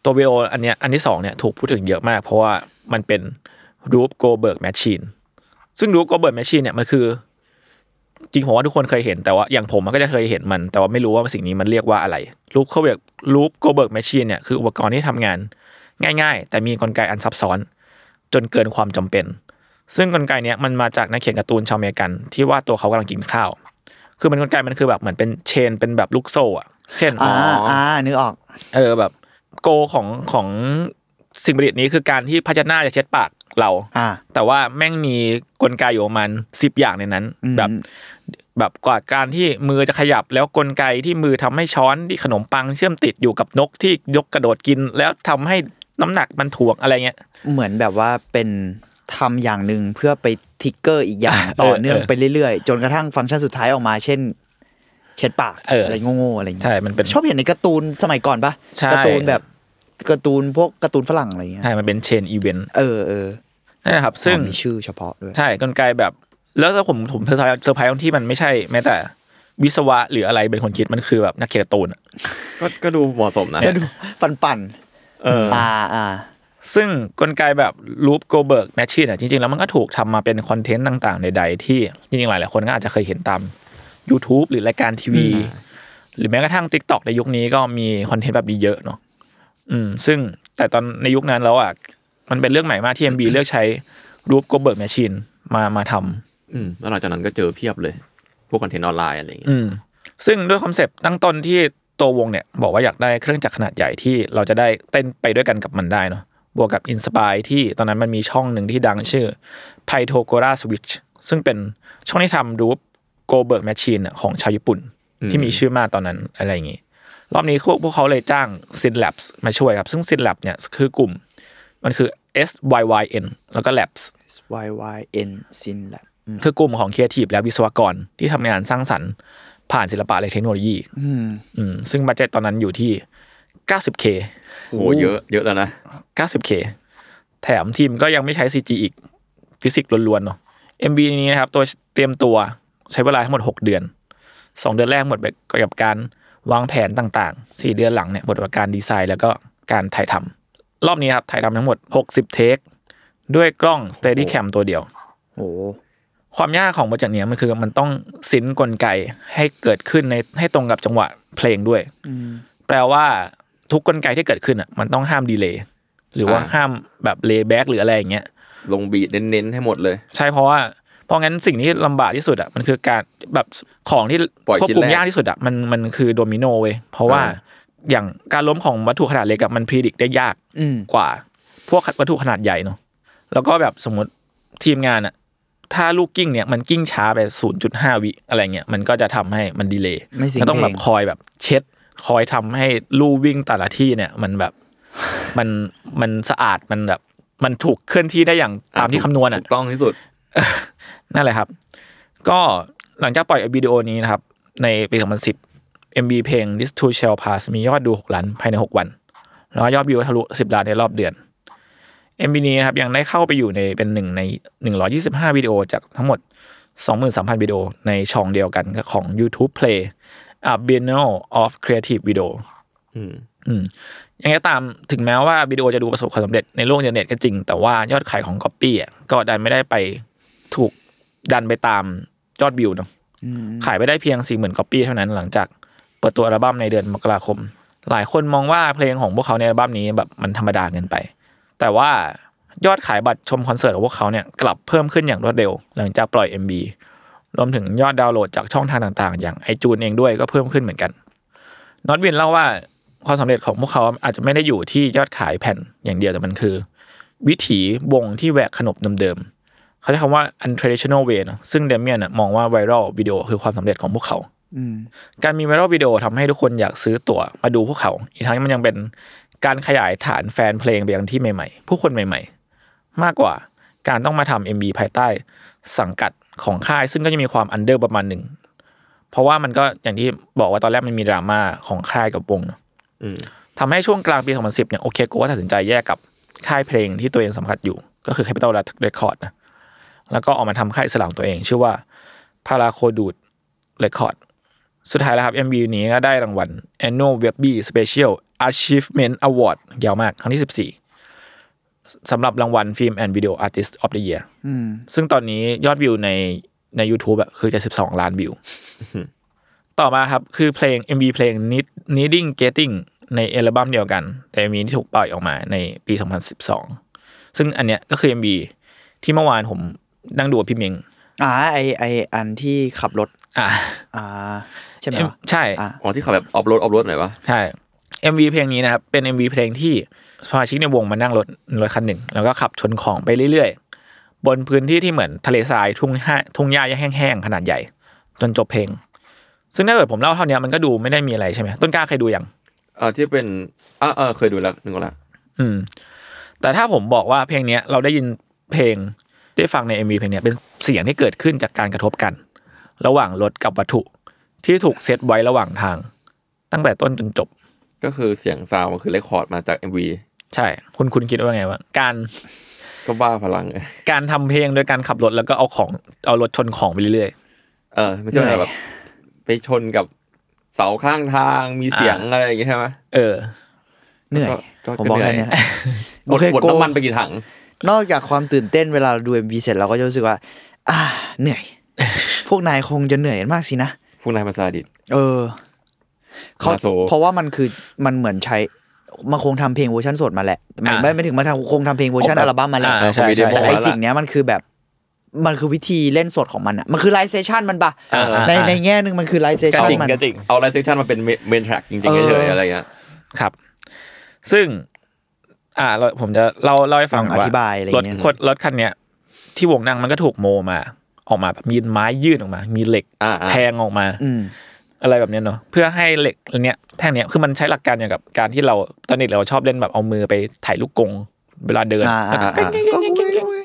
ตัววิดีโออันเนี้ยอันที่สองเนี่ยถูกพูดถึงเยอะมาก เพราะว่ามันเป็นรูปโกเบิร์กแมชชีนซึ่งรูปโกเบิร์กแมชชีนเนี่ยมันคือ จริงผมว่าทุกคนเคยเห็นแต่ว่าอย่างผมมันก็จะเคยเห็นมัน แต่ว่าไม่รู้ว่าสิ่งนี้มันเรียกว่าอะไรรูปโกเบิร์กรูปโกเบิร์กแมชชีนเนี่ยคืออุปกรณ์ที่ทำงานง่าย ๆ แต่มีกลไกอันซับซ้อน จนเกินความจำเป็น ซึ่งกลไกเนี้ยมันมาจากนักเขียนการ์ตูนชาวอเมริกันที่ว่าตัวเขากำลังกินข้าว คือมันกลไกมันคือแบบเหมือนเป็นเชนเป็นแบบลูกโซ่อะเช่น อ่าอ่านึกออก เออแบบโกของของสิ่งประดิษฐ์นี้คือการที่ภาชนะจะเช็ดปากเรา อ่า แต่ว่าแม่งมีกลไกอยู่ประมาณสิบอย่างในนั้น อืม แบบแบบกว่าการที่มือจะขยับแล้วกลไกที่มือทำให้ช้อนที่ขนมปังเชื่อมติดอยู่กับนกที่ยกกระโดดกิน แล้วทำให้น้ำหนักมันถ่วงอะไรเงี้ย เหมือนแบบว่าเป็นทำอย่างหนึ่งเพื่อไปทิกเกอร์อีกอย่าง ต่อเนื่อง เออ ไปเรื่อยๆ จนกระทั่งฟังก์ชันสุดท้ายออกมาเช่น เช็ดปาก เอออ อะไรโง่ๆอะไรอย่างเงี้ย ใช่มันเป็น ชอบเห็นในการ์ตูนสมัยก่อนปะ ใช่ การ์ตูนแบบการ์ตูนพวกการ์ตูนฝรั่งอะไรเงี้ย ใช่มันเป็นเชนอีเวนต์ เออเออ นั่นแหละครับ ซึ่ ซึ่ ง งมีชื่อเฉพาะด้วย ใช่กลไกแบบ แล้วผมผมเซอร์ไพรส์เซอร์ไพรส์ตรงที่มันไม่ใช่ แม้แต่วิศวะหรืออะไรเป็นคนคิดมันคือแบบนักเขียนการ์ตูนอะ ก็ก็ดูเหมาะสมนะ ปันปัน เออ อ่าอ่า ซึ่งกลไกแบบลูปโกเบิร์กแมชชีนอ่ะจริงๆ แล้วมันก็ถูกทำมาเป็นคอนเทนต์ต่างๆ ใดๆ ที่จริงๆ หลายๆคนก็อาจจะเคยเห็นตาม YouTube หรือรายการทีวี หรือแม้กระทั่ง Tik t o อกในยุคนี้ก็มีคอนเทนต์แบบนี้เยอะเนาะอืมซึ่งแต่ตอนในยุคนั้นแล้วอ่ะมันเป็นเรื่องใหม่มากที่ MB เลือกใช้รูปโกเบิร์กแมชชีนมามาทำ อืมแล้วหลังจากนั้นก็เจอเพียบเลย พวกคอนเทนต์ออนไลน์อะไรอย่างเงี้ย อืมซึ่งด้วยคอนเซปต์ตั้งต้นที่ตัววงเนี่ย บอกว่าอยากได้เครื่องจักรขนาดใหญ่ที่เราจะได้เต้นไปด้วยกันกับมันได้เนาะบวกกับอินสปายที่ตอนนั้นมันมีช่องหนึ่งที่ดังชื่อ p y t h o g o r a Switch ซึ่งเป็นช่องที่ทำรูป g o b e r g Machine อะของชาวญี่ปุ่น อืม ที่มีชื่อมากตอนนั้นอะไรอย่างงี้ รอบนี้พวกพวกเขาเลยจ้าง s y n Labs มาช่วยครับ ซึ่ง s y n Labs เนี่ยคือกลุ่มมันคือ S Y Y N แล้วก็ Labs y y n sin lab อืม คือกลุ่มของครีเอทีฟและวิศวกรที่ทำงานสร้างสรรค์ผ่านศิลปะและเทคโนโลยี อืม อืมซึ่งบัจเจตตอนนั้นอยู่ที่ 90k โอ้โหเยอะเยอะแล้วนะ 90k แถมทีมก็ยังไม่ใช้ CG อีก ฟิสิกส์ล้วนๆเนาะ MB นี้นะครับ ตัวเตรียมตัวใช้เวลาทั้งหมด 6 เดือน 2 เดือนแรกหมดไปกับการวางแผนต่างๆ 4 เดือนหลังเนี่ยหมดกับการดีไซน์แล้วก็การถ่ายทำรอบนี้ครับถ่ายทำทั้งหมด 60 เทค ด้วยกล้อง Steadicam ตัวเดียว โอ้ ความยากของโปรเจกต์เนี้ยมันคือมันต้องสินกลไกให้เกิดขึ้นในให้ตรงกับจังหวะเพลงด้วย อืม แปลว่าทุกกลไกที่เกิดขึ้นอ่ะมันต้องห้ามดีเลย์หรือว่า อ่า ห้ามแบบเลย์แบ็กหรืออะไรอย่างเงี้ย ลงบีดเน้นๆให้หมดเลย ใช่เพราะว่าเพราะงั้นสิ่งที่ลำบากที่สุดอ่ะมันคือการแบบของที่ ปล่อย ควบ ชิ้น คุม แรก ยากที่สุดอ่ะมันมันคือโดมิโนเว้ยเพราะว่า อ่า อย่างการล้มของวัตถุขนาดเล็กอะมันพิจิตรได้ยาก อืม กว่า พวกวัตถุขนาดใหญ่เนาะแล้วก็แบบสมมติทีมงานอ่ะถ้าลูกกิ้งเนี่ยมันกิ้งช้าไป 0.5 วิอะไรเงี้ยมันก็จะทำให้มันดีเลย์ ไม่สิง ก็ต้องแบบ เพลง คอยแบบเช็ด คอยทำให้ลู่วิ่งแต่ละที่เนี่ยมันแบบมันมันสะอาดมันแบบมันถูกเคลื่อนที่ได้อย่างตามที่คำนวณอ่ะ ถูกต้องที่สุด นั่นแหละครับ ก็หลังจากปล่อยวิดีโอนี้นะครับ ในปี 2010 MV เพลง This Too Shall Pass มียอดดู 6 ล้านภายใน 6 วัน แล้วยอดวิวทะลุ 10 ล้านในรอบเดือน MV นี้นะครับยังได้เข้าไปอยู่ในเป็นหนึ่งใน 125 วิดีโอจากทั้งหมด 23,000 วิดีโอในช่องเดียวกันกับของ YouTube Play a b i n a l of Creative Video อืม อืมยังไงก็ตามถึงแม้ว่าวิดีโอจะดูประสบความสำเร็จในโลกอินเทอร์เน็ตก็จริง แต่ว่ายอดขายของก๊อปปี้อ่ะก็ดันไม่ได้ไปถูกดันไปตามยอดวิวเนาะขายไปได้เพียง 4 0,000ก๊อปปี้เท่านั้นหลังจากเปิดตัวอัลบั้มในเดือนมกราคม หลายคนมองว่าเพลงของพวกเขาในอัลบั้มนี้แบบมันธรรมดาเกินไป แต่ว่ายอดขายบัตรชมคอนเสิร์ตของพวกเขาเนี่ยกลับเพิ่มขึ้นอย่างรวดเร็ว หลังจากปล่อย MB รวมถึงยอดดาวน์โหลดจากช่องทางต่างๆ อย่างไอจูนเองด้วยก็เพิ่มขึ้นเหมือนกัน น็อตวินเล่าว่าความสำเร็จของพวกเขาอาจจะไม่ได้อยู่ที่ยอดขายแผ่นอย่างเดียวแต่มันคือ วิถีวงที่แหวกขนบเดิมๆเขาใช้คำว่า untraditional way เนอะซึ่งเดเมียนนะมองว่าไวรัลวิดีโอคือความสำเร็จของพวกเขา อืม การมีไวรัลวิดีโอทำให้ทุกคนอยากซื้อตั๋วมาดูพวกเขา อีกทั้งมันยังเป็นการขยายฐานแฟนเพลงไปยังที่ใหม่ๆ ผู้คนใหม่ๆ มากกว่าการต้องมาทำ MB ภายใต้สังกัดของค่าย ซึ่งก็จะมีความอันเดอร์ประมาณหนึ่ง เพราะว่ามันก็อย่างที่บอกว่าตอนแรกมันมีดราม่าของค่ายกับวงเนอะ อืม ทำให้ช่วงกลางปี 2010 เนี่ยโอเคโกก็ตัดสินใจแยกกับค่ายเพลงที่ตัวเองสัมผัสอยู่ ก็คือ Capital Record นะแล้วก็ออกมาทำค่ายอิสลังตัวเอง ชื่อว่าพาราโคดูดเรคคอร์ด สุดท้ายแล้วครับ MV นี้ก็ได้รางวัล Annual Webby Special Achievement Award ยาวมากครั้งที่ 14สำหรับรางวัล Film and Video Artist of the Year อืม ซึ่งตอนนี้ยอดวิวในใน YouTube อะคือจะ 12 ล้านวิว ต่อมาครับ คือเพลง MV เพลง Need- Needing Getting ในอัลบั้มเดียวกัน แต่ MV ที่ถูกปล่อยออกมาในปี 2012 ซึ่งอันเนี้ยก็คือ MV ที่เมื่อวานผมนั่งดูกับพี่เมง อ่าไอไออันที่ขับรถ อ่า อ่า ใช่ไหมวะ ใช่ อ่า อ๋อที่เขาแบบออฟโรดออฟโรดหน่อยปะ ใช่ MV เพลงนี้นะครับเป็น MV เพลงที่สมาชิกในวงมานั่งรถรถคันหนึ่ง แล้วก็ขับชนของไปเรื่อยๆ บนพื้นที่ที่เหมือนทะเลทรายทุ่งห้าทุ่งหญ้าแห้งๆขนาดใหญ่ จนจบเพลง ซึ่งถ้าเกิดผมเล่าเท่านี้มันก็ดูไม่ได้มีอะไรใช่ไหมต้นกล้าเคยดูยัง เออที่เป็นอ่าเออเคยดูแล้วนึกออกละ อืม แต่ถ้าผมบอกว่าเพลงเนี้ยเราได้ยินเพลงได้ฟังใน MV เพลงเนี้ยเป็นเสียงที่เกิดขึ้นจากการกระทบกัน ระหว่างรถกับวัตถุที่ถูกเซตไว้ระหว่างทาง ตั้งแต่ต้นจนจบ ก็คือเสียงซาวมันคือเรคคอร์ดมาจาก MV ใช่ คุณคุณคิดว่าไงว่าการ ก็บ้าพลังไง การทำเพลงโดยการขับรถแล้วก็เอาของเอารถชนของไปเรื่อย เออไม่ใช่ เหว่านื่อย แบบ ไปชนกับเสาข้างทางมีเสียงอะไรอย่างเงี้ยใช่ไหม ๆ เออ เหนื่อย ก็ก็ ผมบอก เหนื่อแค่ย เนี้ยแหละ หม โอ ด เค หมด โก น้ำมันไปกี่ถัง นอกจากความตื่นเต้นเวลาเราดู MV เสร็จเราก็จะรู้สึกว่า อ่า เหนื่อย พวกนายคงจะเหนื่อยกันมากสินะ ฟูนายมาซาดิส เออเขา มาโซ เพราะว่ามันคือมันเหมือนใช้มันคงทำเพลงเวอร์ชันสดมาแหละหมาย อ่า ไม่ไม่ถึงมาทำคงทำเพลงเวอร์ชันอัลบั้มมาแหละ อ่าใช่ใช่ แต่ไอ ใช่ สิ่งเนี้ยมันคือแบบ มันคือวิธีเล่นสดของมันอ่ะ มันคือไลฟ์เซชันมันปะ อ่าอ่า ใน อ่า ในแง่หนึ่งมันคือไลฟ์เซชันมัน เอาไลฟ์เซชันมาเป็นเมนแทร็กจริงๆเฉยๆอะไรเงี้ย ครับ ซึ่ง อ่าเราผมจะเล่าเล่าให้ฟัง ลอง ว่า อธิบายอะไรอย่างเงี้ย รถคนรถคันเนี้ยที่วงนั่งมันก็ถูกโมมา ออกมาแบบมีไม้ยื่นออกมา มีเหล็ก อ่าอ่า แทงออกมา อืม อะไรแบบเนี้ยเนาะเพื่อให้เหล็กอันเนี้ยแท่งเนี้ยคือมันใช้หลักการอย่างกับการที่เราตอนเด็กเราชอบเล่นแบบเอามือไปถ่ายลูกกงเวลาเดิน อ่า แล้วก็ อ่า กิ๊ อ่าก กิ๊ก ก็กูไงกูไง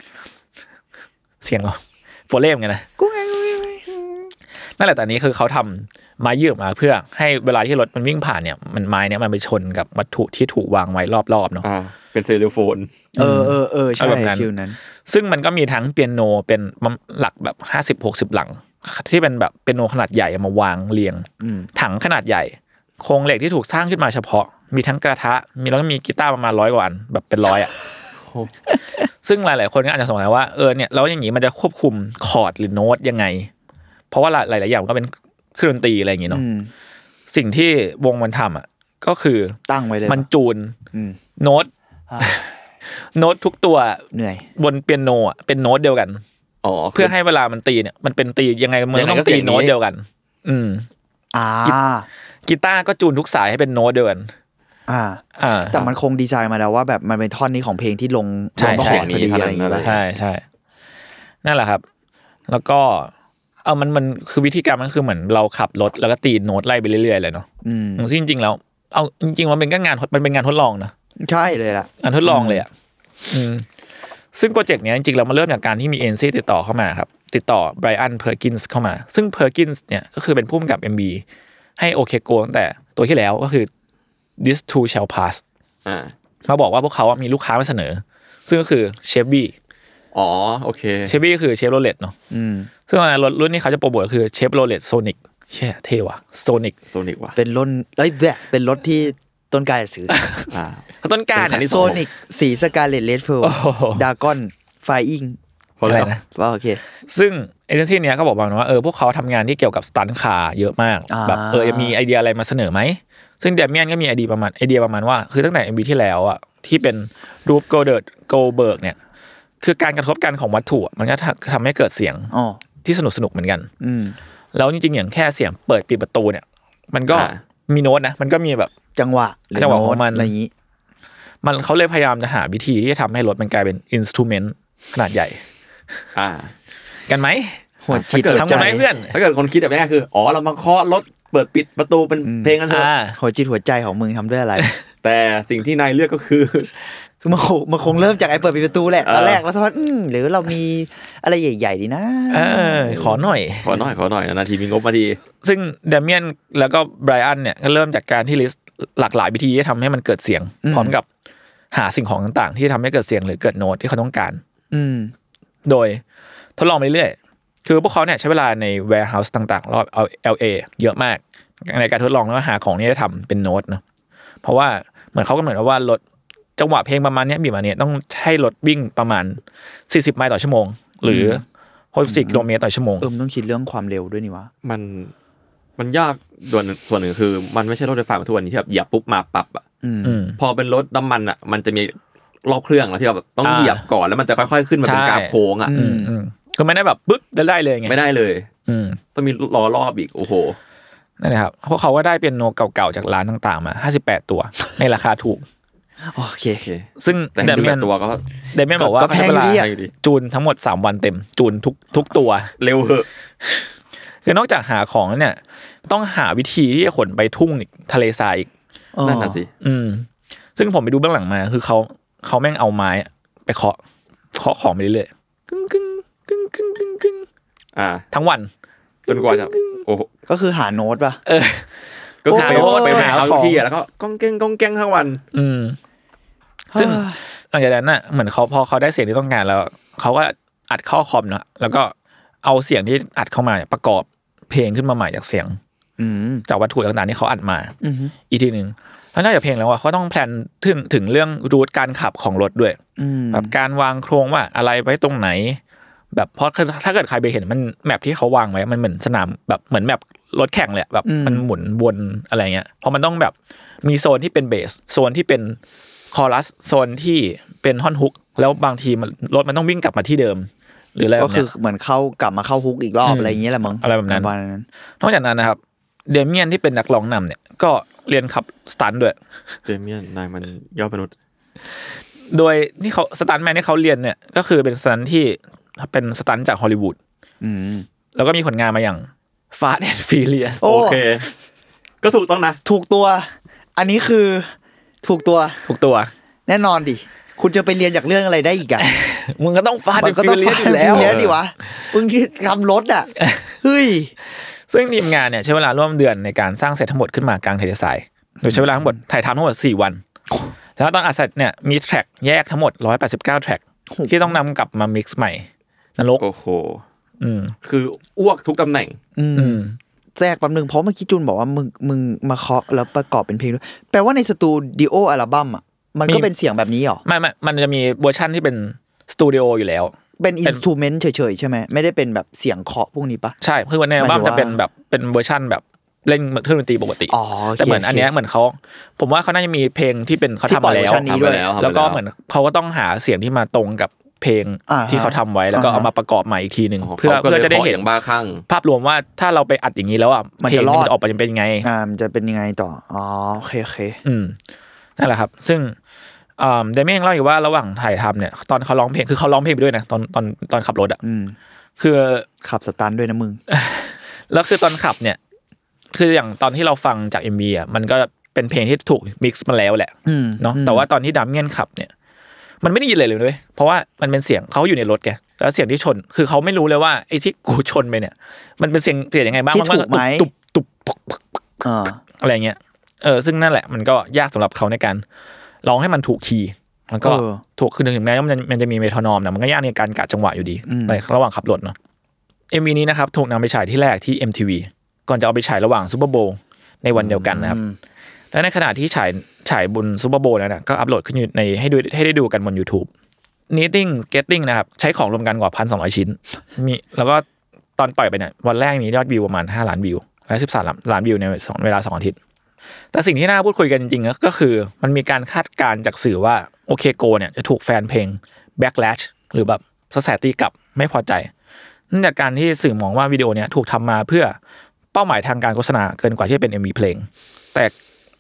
เสียงเหรอโฟเล่มไงนะ กูไงกูไง นั่นแหละแต่อันนี้คือเขาทำไม้ยืดออกมาเพื่อให้เวลาที่รถมันวิ่งผ่านเนี่ยมันไม้เนี่ยมันไปชนกับวัตถุที่ถูกวางไว้รอบๆเนาะ อ่า เป็นเซลโฟน เออเออเออใช่ อารมณ์นั้น ฟิลนั้น ซึ่งมันก็มีทั้งเปียโนเป็นหลักแบบห้าสิบหกสิบหลัง ที่เป็นแบบเปียโนขนาดใหญ่เอามาวางเรียง อืม ถังขนาดใหญ่ โครงเหล็กที่ถูกสร้างขึ้นมาเฉพาะ มีทั้งกระทะ มีแล้วก็มีกีตาร์ประมาณร้อยกว่าอันแบบเป็นร้อยอ่ะ โห ซึ่งหลาย ๆ คนก็อาจจะสงสัยว่าเออเนี่ยแล้วอย่างนี้มันจะควบคุมคอร์ดหรือโน้ตยังไง เพราะว่าหลาย ๆ อย่างมันก็เป็นเครื่องดนตรีอะไรอย่างงี้ อื เนาะ ม สิ่งที่วงมันทำอ่ะก็คือ ตั้งไว้เลย มัน เหรอ จูน อืม โน้ต อ่ะ โน้ตทุกตัว เหนื่อย บนเปียโนอ่ะเป็นโน้ตเดียวกัน อ๋อ เพื่อให้เวลามันตีเนี่ยมันเป็นตียังไงมัน ยังไง ต้อ ก็ งตี เสียงนี้ โน้ตเดียวกัน อืม อ่า กีตาร์ก็จูนทุกสายให้เป็นโน้ตเดียวกัน อ่า อ่า แต่มันคงดีไซน์มาแล้วว่าแบบมันเป็นท่อนนี้ของเพลงที่ลง ใช่ ลงต้อง ใช่ ขอนพอดี เท่านั้น อะไรอย่างเงี้ย นั่นแหละ ใช่ใช่นั่นแหละครับ แล้วก็ เอามันมันคือวิธีการมันคือเหมือนเราขับรถแล้วก็ตีโน้ตไล่ไปเรื่อยๆเลยเนาะ อืม ซึ่งจริงๆแล้วเอาจริงๆมันเป็นก็งานมันเป็นงานทดลองนะ ใช่เลยล่ะ งานทดลองเลยอ่ะอืมซึ่งโปรเจกต์เนี้ยจริงๆแล้วมันเริ่มจากการที่มีเอ็นซีติดต่อเข้ามาครับ ติดต่อไบรอันเพอร์กินส์เข้ามา ซึ่งเพอร์กินส์เนี่ยก็คือเป็นผู้กำกับ MB ให้โอเคโกตั้งแต่ตัวที่แล้วก็คือ this too shall pass อ่า มาบอกว่าพวกเขาอะมีลูกค้ามาเสนอ ซึ่งก็คือเชฟบี้ อ๋อโอเค เชฟบี้ก็คือเชฟโรเลตเนาะ อืม ซึ่งตอนนั้นรถรุ่นนี้เขาจะโปรโมทก็คือเชฟโรเลตโซนิกเช่ยเท่ว่ะโซนิก โซนิกว่ะ เป็นรถเอ้ยแบบเป็นรถที่ต้นกายซื้อ อ่า เขาต้นกล้าร เป็นคันที่ เนี่ย โซ อง นิกสีสกาเลตเลดเพล โอ้โห ดากอนไฟอิง เพราะอะไร อะไรนะ นะ ว่าโอเค ซึ่งเอเจนซี่เนี้ยเขาบอกประมาณว่าเออพวกเขาทำงานที่เกี่ยวกับสตันคาร์เยอะมาก อ่า แบบเออมีไอเดียอะไรมาเสนอไหม ซึ่งเดเมียนก็มีไอเดียประมาณไอเดียประมาณว่าคือตั้งแต่เอ็มบีที่แล้วอ่ะที่เป็นรูปโกเดิร์ดโกเบิร์กเนี่ยคือการกระทบกันของวัตถุอะมันก็ทำให้เกิดเสียง อ๋อ ที่สนุกสนุกๆเหมือนกัน อืม แล้วจริงๆอย่างแค่เสียงเปิดปิดประตูเนี่ย มันก็ อ่า มีโน้ตนะมันก็มีแบบ จังหวะหรือ จังหวะ โน้ ขอ ต งมัน อะไรอย่างนี้ มันเขาเลยพยายามจะหาวิธีที่จะทำให้รถมันกลายเป็นอินสตูเมนต์ขนาดใหญ่ อ่า กันไหม หัว อ่ะ จิต ถ้าเกิด ทำกันไหมเพื่อน ถ้าเกิดคนคิดแบบนี้คืออ๋อเรามาเคาะรถเปิดปิดประตูเป็นเพลงกันเถอะ อ่า หัวจิตหัวใจของมึงทำด้วยอะไร แต่สิ่งที่นายเลือกก็คือ มันคงมันคงเริ่มจากไอ้เปิดปิดประตูแหละ เออ ตอนแรกแล้วสักพักอืมหรือเรามีอะไรใหญ่ ๆ ดีนะ เออขอหน่อย ขอหน่อยขอหน่อยนาทีมีงบมาที ซึ่งเดเมียนแล้วก็ไบรอันเนี่ยก็เริ่มจากการที่ลิสต์หลากหลายวิธีที่จะทำให้มันเกิดเสียง อืม พร้อมกับหาสิ่งของต่างๆ ที่ทำให้เกิดเสียงหรือเกิดโน้ตที่เขาต้องการ อืม โดยทดลองไปเรื่อยๆคือพวกเขาเนี่ยใช้เวลาใน warehouse ต่างๆ รอบ LA เยอะมาก ในการทดลองแล้วก็หาของที่จะทำเป็นโน้ตเนาะเพราะว่าเหมือนเขาก็เหมือนว่ารถจังหวะเพลงประมาณเนี้ยบีบมาเนี่ยต้องใช้รถวิ่งประมาณ 40 ไมล์ต่อชั่วโมง หรือ 64กิโลเมตรต่อชั่วโมง เออมนต้องคิดเรื่องความเร็วด้วยนี่วะ มันมันยากส่วนส่วนหนึ่งคือ มันไม่ใช่รถไฟฟ้าเหมือนทุกวันนี้ที่แบบเหยียบปุ๊บมาปรับอ่ะ อืม อืม พอเป็นรถน้ำมันอ่ะ มันจะมีรอบเครื่องแล้วที่แบบต้อง อ่า เหยียบก่อนแล้วมันจะค่อยๆขึ้นมาเป็น ใช่ กราฟโค้งอ่ะ อื อืมอืมก็ไม่ได้แบบปึ๊บได้ได้เลยไง ไม่ได้เลย อืม ต้องมีล้อรอบอีกโอ้โห นั่นแหละครับพวกเขาก็ได้เปียโนเก่าๆจากร้านต่างๆมา 58 ตัว ในราคาถูก โอเค โอเค ซึ่ง แต่ เด สิบ เมี แป ยน ดตัวก็ เดเมียนบอกว่า ก็ เขาใช้เวลา แพงอยู่ดีอะ จูนทั้งหมด 3 วันเต็ม จูนทุกทุกตัว เร็วเหอะ คือนอกจากหาของแล้วเนี่ย ต้องหาวิธีที่จะขนไปทุ่งอีกทะเลทรายอีก อ๋อ นั่นน่ะสิ อืม ซึ่งผมไปดูเบื้องหลังมา คือเขาเขาแม่งเอาไม้ไปเคาะเคาะของไปเรื่อยๆกึ้งกึ้งกึ้งกึ้งกึ้งกึ้ง อ่า ทั้งวัน จนกว่าจะโอ้โห ก็คือหาโน้ตป่ะ เออ ก็คือไป โอ้ย ไปหา หา เอา ของ ที่อะแล้วก็ก้องเก้งก้องเก้งทั้งวัน อืม ซึ่ง หลังจากนั้นน่ะเหมือนเขาพอเขาได้เสียงที่ต้องการแล้วเขาก็อัดเข้าคอมเนอะแล้วก็เอาเสียงที่อัดเข้ามาเนี่ยประกอบเพลงขึ้นมาใหม่จากเสียง อืม จากวัตถุต่างๆที่เขาอัดมา อืม อีกทีหนึ่งแล้วนอกจากเพลงแล้วอ่ะเขาต้องแพลนถึงถึงเรื่องรูทการขับของรถด้วย อืม แบบการวางโครงว่าอะไรไว้ตรงไหน แบบเพราะถ้าเกิดใครไปเห็นมันแมปที่เขาวางไว้ มันเหมือนสนามแบบเหมือนแมปรถแข่งเลยอะแบบมันหมุนวนอะไรเงี้ยเพราะมันต้องแบบมีโซนที่เป็นเบสโซนที่เป็นคอรัสโซนที่เป็นฮอนฮุกแล้วบางทีมันรถมันต้องวิ่งกลับมาที่เดิม หรืออะไรแบ ก็ บ คื เนี้ อย เหมือนเข้ากลับมาเข้าฮุกอีกรอบ อืม อะไรอย่างเงี้ยแหละมั้ง อะไรแบบนั้น ประมาณนั้น นอกจากนั้นนะครับเดเมียนที่เป็นนักร้องนำเนี่ยก็เรียนขับสตันท์ด้วย เดเมียนนายมันยอดมนุษย์ โดยที่เขาสตันท์แมนที่เขาเรียนเนี่ยก็คือเป็นสตันท์ที่เป็นสตันท์จากฮอลลีวูด อืม แล้วก็มีผลงานมาอย่าง Fast and Furious โอ้ โอเค ก็ถูกต้องนะ ถูกตัว อันนี้คือถูกตัว ถูกตัว แน่นอนดิ คุณจะไปเรียนจากเรื่องอะไรได้อีกอะ มึงก็ต้อง Fast มัน and ก็ต้อง Furious อฟัง ยู่ แล้ แล้วว เนี้ยดิวะมึงที่ทำรถอ่ะ เฮ้ย ซึ่งทีมงานเนี่ยใช้เวลาร่วมเดือนในการสร้างเสร็จทั้งหมดขึ้นมากลางทะเลทราย โดยใช้เวลาทั้งหมดถ่ายทำทั้งหมด 4 วัน แล้วตอนอัดเสร็จเนี่ยมีแทร็กแยกทั้งหมด 189 แทร็กที่ต้องนำกลับมามิกซ์ใหม่นรก โอ้โห อืม คืออ้วกทุกตำแหน่ง อืม อืม แทรกแป๊บนึงเพราะเมื่อกี้จูนบอกว่ามึงมึงมาเคาะแล้วประกอบเป็นเพลงด้วย แปลว่าในสตูดิโออัลบั้มอ่ะ มันก็เป็นเสียงแบบนี้เหรอ ไม่ไม่มันจะมีเวอร์ชั่นที่เป็นสตูดิโออยู่แล้ว เป็นอินสตูเมนต์เฉยๆใช่ไหมไม่ได้เป็นแบบเสียงเคาะพวกนี้ปะ ใช่คือวันในอัลบั้ม หมายถึ จะ งว่า เป็นแบบเป็นเวอร์ชั่นแบบเล่นเครื่องดนตรีปกติ อ๋อโอเค แต่เหมือน โอเค อันเนี้ยเหมือนเขาผมว่าเขาน่าจะมีเพลงที่เป็นเขา ที่ ทำ ปล่ มา อย แล้ว เวอร์ชันนี้ด้วย ทำมาแล้วทำมาแล้ว แล้วก็เหมือนเขาก็ต้องหาเสียงที่มาตรงกับเพลง อ่าฮะ ที่เขาทำไว้แล้วก็ อ่าฮะ เอามาประกอบใหม่อีกทีหนึ่งเพื่อ ขาก็ล เพื่ ย อจะได้ ข เห็น ย่างบ้าคลั่ง ภาพรวมว่าถ้าเราไปอัดอย่างนี้แล้วอ่ะ มัน เพล จะ ง รอด มันจะออกมาจะเป็นยังไง อ่ามันจะเป็นยังไงต่ออ๋อโอเคโอเค อืมนั่นแหละครับ ซึ่งเดเมียนเล่าอยู่ว่าระหว่างถ่ายทำเนี่ย ตอนเขาร้องเพลงคือเขาร้องเพลงไปด้วยนะตอนตอนตอนขับรถอ่ะ อืม คือ ขับสตันด้วยนะมึง แล้วคือตอนขับเนี่ย คืออย่างตอนที่เราฟังจากเอ็มีอ่ะมันก็เป็นเพลงที่ถูกมิกซ์มาแล้วแหละ อืม เนาะ อืม แต่ว่าตอนที่ดัมเมียนขับเนี่ย มันไม่ได้ยินอะไรเลยเว้ยเพราะว่ามันเป็นเสียงเขาอยู่ในรถแกแล้วเสียงที่ชน คือเขาไม่รู้เลยว่าไอ้ที่กูชนไปเนี่ย มันเป็นเสียงเสียงยังไงบ้าง ที่ มัก็ ถูกไหม ตุบตุบตุบปึกปึก อ่า อะไรเงี้ยเออซึ่งนั่นแหละมันก็ยากสำหรับเขาในการร้องให้มันถูกคีย์มันก็ เออ ถูกคือถึงแม้ว่ามันมันจะมีเมโทรนอมนะมันก็ยากในการกะจังหวะอยู่ดี อืม ในระหว่างขับรถเนาะ เอ็มวีนี้นะครับถูกนำไปฉายที่แรกที่ MTV ก่อนจะเอาไปฉายระหว่างซูเปอร์โบว์ในวันเดียวกันนะครับ และในขณะที่ฉายฉายบนซูเปอร์โบว์นั้นนะก็อัปโหลดขึ้นอยู่ในให้ดูให้ได้ดูกันบน YouTube n e e t i n g Getting นะครับใช้ของรวมกันกว่า 1,200 ชิ้น มีแล้วก็ตอนปล่อยไปเนี่ยวันแรกมียอดวิวประมาณ 5 ล้านวิว และ 13 ล้านล้านวิวในสองเวลา 2 อาทิตย์ แต่สิ่งที่น่าพูดคุยกันจริงๆก็คือ มันมีการคาดการณ์จากสื่อว่าโอเคโกเนี่ยจะถูกแฟนเพลง backlash หรือแบบสแสตีกลับไม่พอใจ เนื่องจากการที่สื่อมองว่าวิดีโอเนี้ยถูกทำมาเพื่อเป้าหมายทางการโฆษณาเกินกว่าที่จะเป็น MV เพลง แต่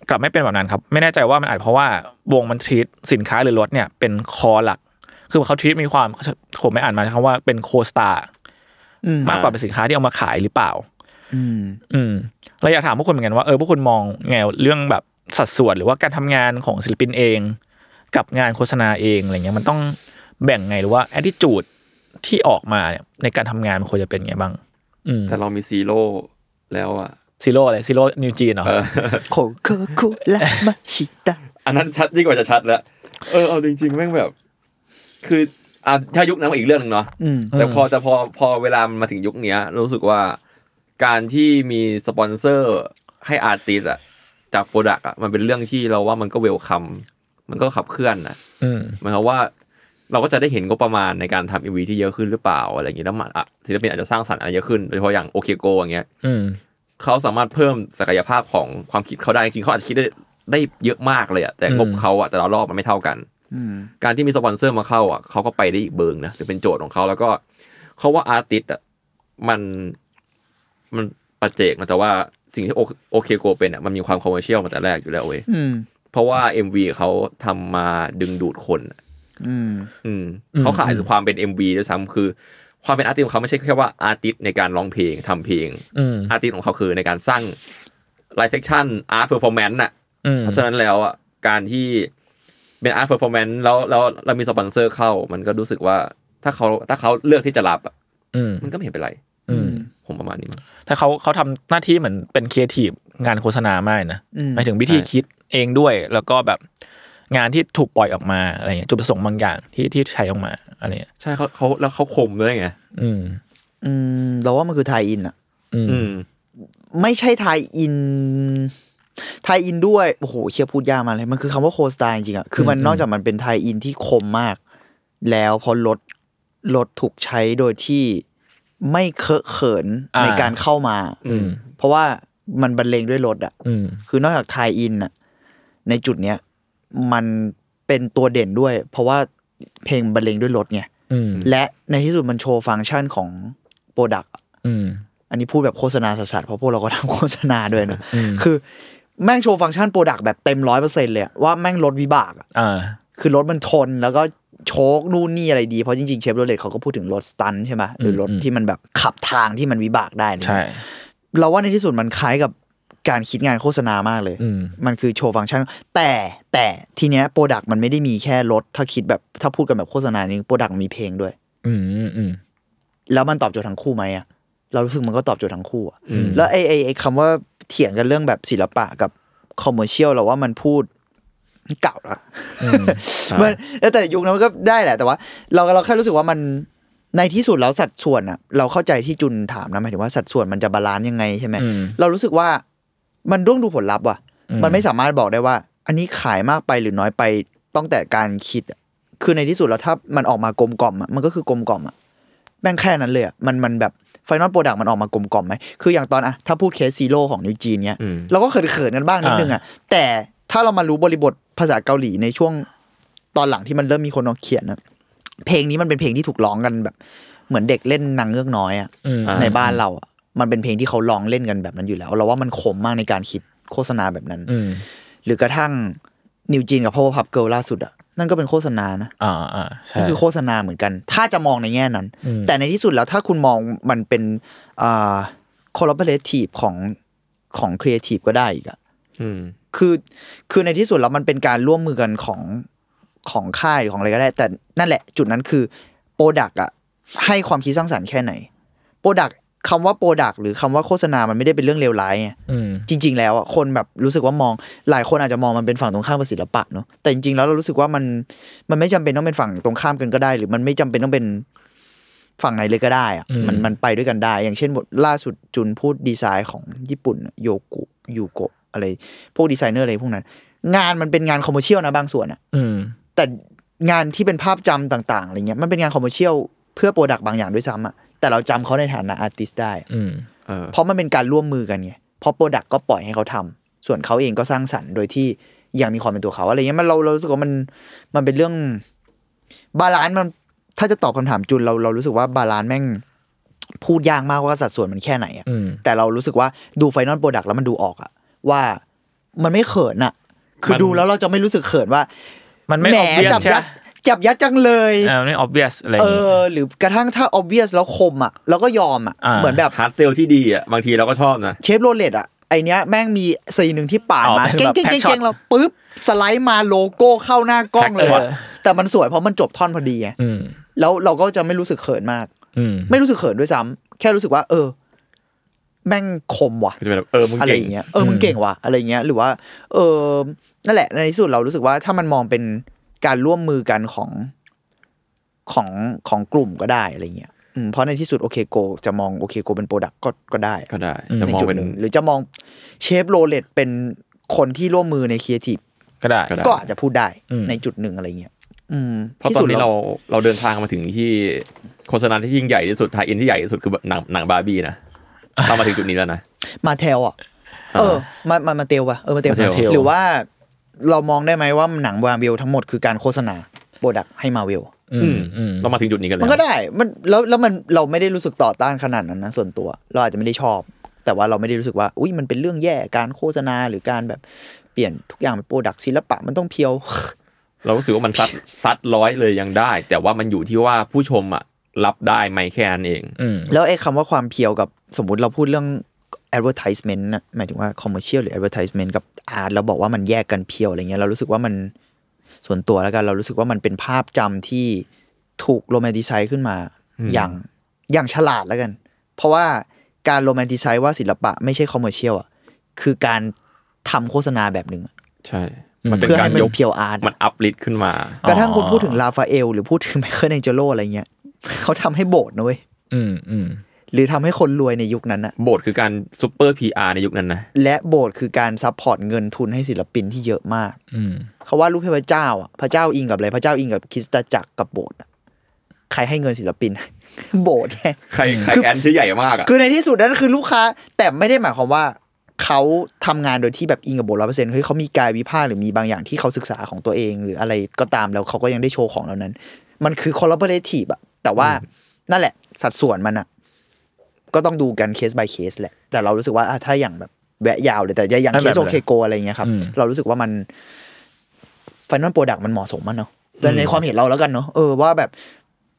กลับไม่เป็นแบบนั้นครับ ไม่แน่ใจว่ามันอาจเพราะว่าวงมันทีตสินค้าหรือรถเนี่ยเป็นคอหลัก คือเขาทีตมีความผมไม่อ่านมาคำว่าเป็นโคสตา อืม มากกว่าเป็นสินค้าที่เอามาขายหรือเปล่า อืม อืมเราอยากถามพวกคุณเหมือนกันว่าเออพวกคุณมองไงเรื่องแบบสัดส่วนหรือว่าการทำงานของศิลปินเอง กับงานโฆษณาเองอะไรเงี้ยมันต้องแบ่งไงหรือว่าแอดดิจูดที่ออกมาเนี่ยในการทำงานมันควรจะเป็นไงบ้าง อืม แต่เรามีซีโร่แล้วอ่ะ ซีโร่อะไรซีโร่นิวจีนเหรอ โคโคคุระมาชิตะ อันนั้นชัดยิ่งกว่าจะชัดแล้ว เออเอาจริงๆแม่งแบบ คืออ่ะถ้ายุคนั้นก็อีกเรื่องหนึ่งเนาะ อืม อืม แต่พอแต่พอพอเวลามันมาถึงยุคเนี้ย รู้สึกว่าการที่มีสปอนเซอร์ให้อาร์ติสอะจากโปรดักอะมันเป็นเรื่องที่เราว่ามันก็เวลคัมมันก็ขับเคลื่อนนะ อืม หมายความว่าเราก็จะได้เห็นงบประมาณในการทำอีวีที่เยอะขึ้นหรือเปล่าอะไรอย่างนี้แล้วมันอะศิลปินอาจจะสร้างสรรค์อะไรเยอะขึ้นโดยเฉพาะอย่างโอเคโกอย่างเงี้ย อืม เขาสามารถเพิ่มศักยภาพของความคิดเขาได้จริงๆเขาอาจจะคิดได้ได้เยอะมากเลยอะแต่งบ อืม เขาอะแต่ละรอบมันไม่เท่ากัน อืม การที่มีสปอนเซอร์มาเข้าอ่ะเขาก็ไปได้อีกเบิงนะหรือเป็นโจทย์ของเขาแล้วก็เขาว่าอาร์ติสต์อ่ะมันมันปัจเจกนะแต่ว่าสิ่งที่โอโอเคโกเป็นอ่ะมันมีความคอมเมอร์เชียลมาแต่แรกอยู่แล้วเว้ย อืม เพราะว่า MV เขาทำมาดึงดูดคนอะ อืม อืม อืม เขาขายความเป็น MV ด้วยซ้ำคือ ความเป็นอาร์ติสต์ของเขาไม่ใช่แค่ว่าอาร์ติสต์ในการร้องเพลงทำเพลง อืม อาร์ติสต์ของเขาคือในการสร้างไลฟ์เซ c ชั o นอาร์ตเพอร์ฟอร์แมนซ์อ่ะ อืม เพราะฉะนั้นแล้วอ่ะการที่เป็นอาร์ตเ r อร์ฟอร์แมนซ์แล้วแล้วเรามีสปอนเซอร์เข้า มันก็รู้สึกว่าถ้าเขาถ้าเขาเลือกที่จะรับอ่ะ อืม มันก็ไม่เห็นเป็นไร อืม ผมประมาณนี้มั้ง ถ้าเขาเขาทำหน้าที่เหมือนเป็นครีเอทีฟงานโฆษณามากนะ อืม หมายถึงวิธี ใช่ คิดเองด้วย แล้วก็แบบงานที่ถูกปล่อยออกมาอะไรเงี้ยจุดประสงค์บางอย่างที่ที่ใช้ออกมาอะไรเงี้ย ใช่เขาเขาแล้วเขาคมด้วยไง อืม อืม เราว่ามันคือไทยอินอะ อืม อืม ไม่ใช่ไทยอิน ไทยอินด้วย โอ้โหเชียพูดยากมากเลย มันคือคำว่าโคสไตล์จริงๆอะคือมัน อืม นอกจากมันเป็นไทยอินที่คมมาก แล้วพอลดลดถูกใช้โดยที่ไม่เคอะเขินในการเข้ามา อืม เพราะว่ามันบรรเลงด้วยรถอะ อืม คือนอกจากไทยอินอะในจุดเนี้ยมันเป็นตัวเด่นด้วย เพราะว่าเพลงบรรเลงด้วยรถไง อืม และในที่สุดมันโชว์ฟังก์ชันของโปรดัก อืม อันนี้พูดแบบโฆษณาสัสๆเพราะพวกเราก็ทำโฆษณาด้วยนะ อืม คือแม่งโชว์ฟังก์ชันโปรดักแบบเต็มร้อยเปอร์เซ็นต์เลยอะว่าแม่งรถวิบากอะ อ่า คือรถมันทนแล้วก็โชคนู่นนี่อะไรดี เพราะจริงๆเชฟโรเลตเขาก็พูดถึงรถสตันท์ใช่ไหมหรือรถ อืม ที่มันแบบขับทางที่มันวิบากได้เลย ใช่ เราว่าในที่สุดมันคล้ายกับการคิดงานโฆษณามากเลย อืม มันคือโชว์ฟังก์ชัน แต่แต่ทีเนี้ยโปรดักต์มันไม่ได้มีแค่รถ ถ้าคิดแบบถ้าพูดกันแบบโฆษณานี้โปรดักต์มีเพลงด้วย อืมอืมอืม แล้วมันตอบโจทย์ทั้งคู่ไหมอะเรารู้สึกมันก็ตอบโจทย์ทั้งคู่อะ อืม แล้วไอ้ไอ้ไอ้คำว่าเถียงกันเรื่องแบบศิลปะกับคอมเมอร์เชียลเราว่ามันพูดเก่าละมันแต่ยุคนั้นมันก็ได้แหละ แต่ว่า เราเราแค่รู้สึกว่ามันในที่สุดแล้วสัดส่วนอะเราเข้าใจที่จุนถามนะหมายถึงว่าสัดส่วนมันจะบาลานซ์ยังไงใช่ไหม อืม เรารู้สึกว่ามันต้องดูผลลัพธ์ว่ะ อืม มันไม่สามารถบอกได้ว่า อันนี้ขายมากไปหรือน้อยไป ตั้งแต่การคิดอะคือในที่สุดแล้วถ้ามันออกมากลมกล่อมอะมันก็คือกลมกล่อมอะแม่งแค่นั้นเลยอะมันมันแบบไฟนอลโปรดักต์มันออกมากลมกล่อมไหมคืออย่างตอนอะถ้าพูดเคสซีโร่ของนิวจีนเนี้ย อืม เราก็เขินเขินๆกันบ้างนิดนึงอะแต่ถ้าเรามารู้บริบทภาษาเกาหลีในช่วงตอนหลังที่มันเริ่มมีคนเอาเขียนอะเพลงนี้มันเป็นเพลงที่ถูกร้องกันแบบ เหมือนเด็กเล่นนางเงือกน้อยอะ อืม อ่า ในบ้านเราอ่ะมันเป็นเพลงที่เขาลองเล่นกันแบบนั้นอยู่แล้ว เราว่ามันคมมากในการคิดโฆษณาแบบนั้น อืม หรือกระทั่งนิวจีนกับพ่อพับเกิลล่าสุดอ่ะนั่นก็เป็นโฆษณานะ อ่าอ่าใช่ นั่นคือโฆษณาเหมือนกัน ถ้าจะมองในแง่นั้น อืม แต่ในที่สุดแล้วถ้าคุณมองมันเป็นอ่า collaborative ของของ creative ก็ได้อีกอ่ะ อืม คือคือในที่สุดแล้วมันเป็นการร่วมมือกันของของค่ายหรือของอะไรก็ได้ แต่นั่นแหละจุดนั้นคือโปรดักอะให้ความคิดสร้างสรรค์แค่ไหนโปรดักคำว่าโปรดักหรือคำว่าโฆษณามันไม่ได้เป็นเรื่องเลวร้ายไง อืม จริง ๆ แล้วอะคนแบบรู้สึกว่ามองหลายคนอาจจะมองมันเป็นฝั่งตรงข้ามกับศิลปะเนาะแต่จริง ๆ แล้วเรารู้สึกว่ามันมันไม่จำเป็นต้องเป็นฝั่งตรงข้ามกันก็ได้ หรือมันไม่จำเป็นต้องเป็นฝั่งไหนเลยก็ได้อะ อืม มันมันไปด้วยกันได้ อย่างเช่นบทล่าสุดจุนพูดดีไซน์ของญี่ปุ่นอะโยกุยูโกะอะไร พวกดีไซเนอร์อะไรพวกนั้น งานมันเป็นงานคอมเมอรเชียลนะบางส่วนอะ อืม แต่งานที่เป็นภาพจำต่าง ๆอะไรเงี้ยมันเป็นงานคอมเมอรเชียลเพื่อโปรดักต์บางอย่างด้วยซ้ำอะแต่เราจำเขาในฐานะอาร์ติสได้อะ อืม เออ เพราะมันเป็นการร่วมมือกันไงเพราะโปรดักต์ก็ปล่อยให้เขาทำส่วนเขาเองก็สร้างสรรค์โดยที่ยังมีความเป็นตัวเขาอะไรเงี้ยมันเราเรารู้สึกว่ามันมันเป็นเรื่องบาลานซ์มันถ้าจะตอบคำถามจุนเราเรารู้สึกว่าบาลานซ์แม่งพูดยากมากว่าสัดส่วนมันแค่ไหนอะ อืม แต่เรารู้สึกว่าดูไฟนอลโปรดักต์แล้วมันดูออกอะว่ามันไม่เขินอะคือ มัน ดูแล้วเราจะไม่รู้สึกเขินว่า มันไม่ แหม ออบเวียส จับ ใช่ไหม ยัดจับยัดจังเลย อ่าไม่ออบเวียสอะไรอ เอย่าง งี้ อ หรือกระทั่งถ้า obvious แล้วคมอะเราก็ยอมอะ อ่า เหมือนแบบ ฮาร์ดเซลที่ดีอ่ะ บางทีเราก็ชอบนะ เชฟโรเลตอะไอเนี้ยแม่งมีสีหนึ่งที่ปาด อ๋อ มา เป็นแบเก่งบ เก่ง pack เก่ง shot เก่งเราปุ๊บสไลด์มาโลโก้เข้าหน้ากล้องเลยอะ เออ แต่มันสวยเพราะมันจบท่อนพอดีไง อืม แล้วเราก็จะไม่รู้สึกเขินมาก อืม ไม่รู้สึกเขินด้วยซ้ำแค่รู้สึกว่า เออ แม่งคมว่ะ ก็จะเป็นแบบเออ มึง อะไร เก่ง อย่างเงี้ย เออ มึง อืม เก่งว่ะ อะไรอย่างเงี้ย หรือว่า เออ นั่นแหละ ในที่สุดเรารู้สึกว่าถ้ามันมองเป็นการร่วมมือกันของของของกลุ่มก็ได้อะไรเงี้ยอืมเพราะในที่สุดโอเคโก จะมองโอเคโกเป็นโปรดักก็ก็ได้ ก็ได้ จะมองเป็น ใจุดหหรือจะมองเชฟโรเลตเป็นคนที่ร่วมมือในครีเอทีฟ ก็ได้ ก็ได้ ก็อาจจะพูดได้ อืม ในจุดหนึ่งอะไรเงี้ยอืม เพราะ ที่ ตอ สุ น ด นี้ แล้ว เราเราเดินทางมาถึงที่โฆษณาที่ยิ่งใหญ่ที่สุดทายอินที่ใหญ่ที่สุดคือหนังหนังบาร์บี้นะเรามาถึงจุดนี้แล้วนะ มาเทลอ่ะ เออ มามามาเทลป่ะเออมาเทล มาเทล หรือว่าเรามองได้ไหมว่าหนังวาร์เวลทั้งหมดคือการโฆษณาโปรดักให้มาเวล อืมอืม เรามาถึงจุดนี้กันแล้ว มันก็ได้ มันแล้วแล้วมันเราไม่ได้รู้สึกต่อต้านขนาดนั้นนะส่วนตัว เราอาจจะไม่ได้ชอบ แต่ว่าเราไม่ได้รู้สึกว่า อุ้ยมันเป็นเรื่องแย่การโฆษณาหรือการแบบเปลี่ยนทุกอย่างเป็นโปรดักต์ศิลปะมันต้องเพียว เรารู้สึกว่ามันซัดซัดร้อยเลยยังได้ แต่ว่ามันอยู่ที่ว่าผู้ชมอ่ะรับได้ไหมแค่นั้นเอง อืม แล้วไอ้คำว่าความเพียวกับสมมติเราพูดเรื่อง advertisement นะหมายถึงว่า commercial หรือ advertisement กับ art แล้วบอกว่ามันแยกกันเพียวอะไรเงี้ยเรารู้สึกว่ามันส่วนตัวแล้วกันเรารู้สึกว่ามันเป็นภาพจำที่ถูกโรแมนติไซซ์ขึ้นมา อืม อย่างอย่างฉลาดแล้วกัน เพราะว่าการโรแมนติไซซ์ว่าศิลปะไม่ใช่ commercial อ่ะคือการทำโฆษณาแบบหนึ่งอะ ใช่ มันเป็น เพื่อ การ ให้มั ย น ก เพียวอาร์ต มันอัพลิทขึ้นมา กระทั่งคุณพูดถึงลาฟาเอลหรือพูดถึงไม เคิลแองเจโลอะไรเงี้ยเขาทำให้โบสถ์นะเว้ย อืมอืม หรือทำให้คนรวยในยุคนั้นอะ โบทคือการซูเปอร์พีอาร์ในยุคนั้นนะ และโบสถ์คือการซัพพอร์ตเงินทุนให้ศิลปินที่เยอะมาก อืม เขาว่ารูปเทพเจ้าอ่ะพระเจ้าอิงกับอะไรพระเจ้าอิงกับคริสตจักรกับโบสถ์อะใครให้เงินศิลปิน โบสถ์ไง ใครใคร คือ แอนที่ใหญ่มากอ่ะ คือในที่สุดนั่นคือลูกค้า แต่ไม่ได้หมายความว่าเขาทำงานโดยที่แบบอิงกับโบสถ์ร้อยเปอร์เซ็นต์เฮ้ยเขามีกายวิภาคหรือมีบางอย่างที่เขาศึกษาของตัวเอง หรืออะไรก็ตามแล้วเขาก็ยังได้โชว์ของเหล่านั้น มันคือคอ l l a b o r a t i v e อะแต่ว่านั่นแหละ สัดส่วนมันอะก็ต้องดูกันเคส by เคสแหละ แต่เรารู้สึกว่าอ่ะถ้าอย่างแบบแวะยาวเลยแต่อย่าง ไม่ เค เป็นไร สโอเคโกอะไรเงี้ยครับ อืม เรารู้สึกว่ามันฟันนอลโปรดักมันเหมาะสมมันเนาะแต่ในความเห็นเราแล้วกันเนาะเออว่าแบบ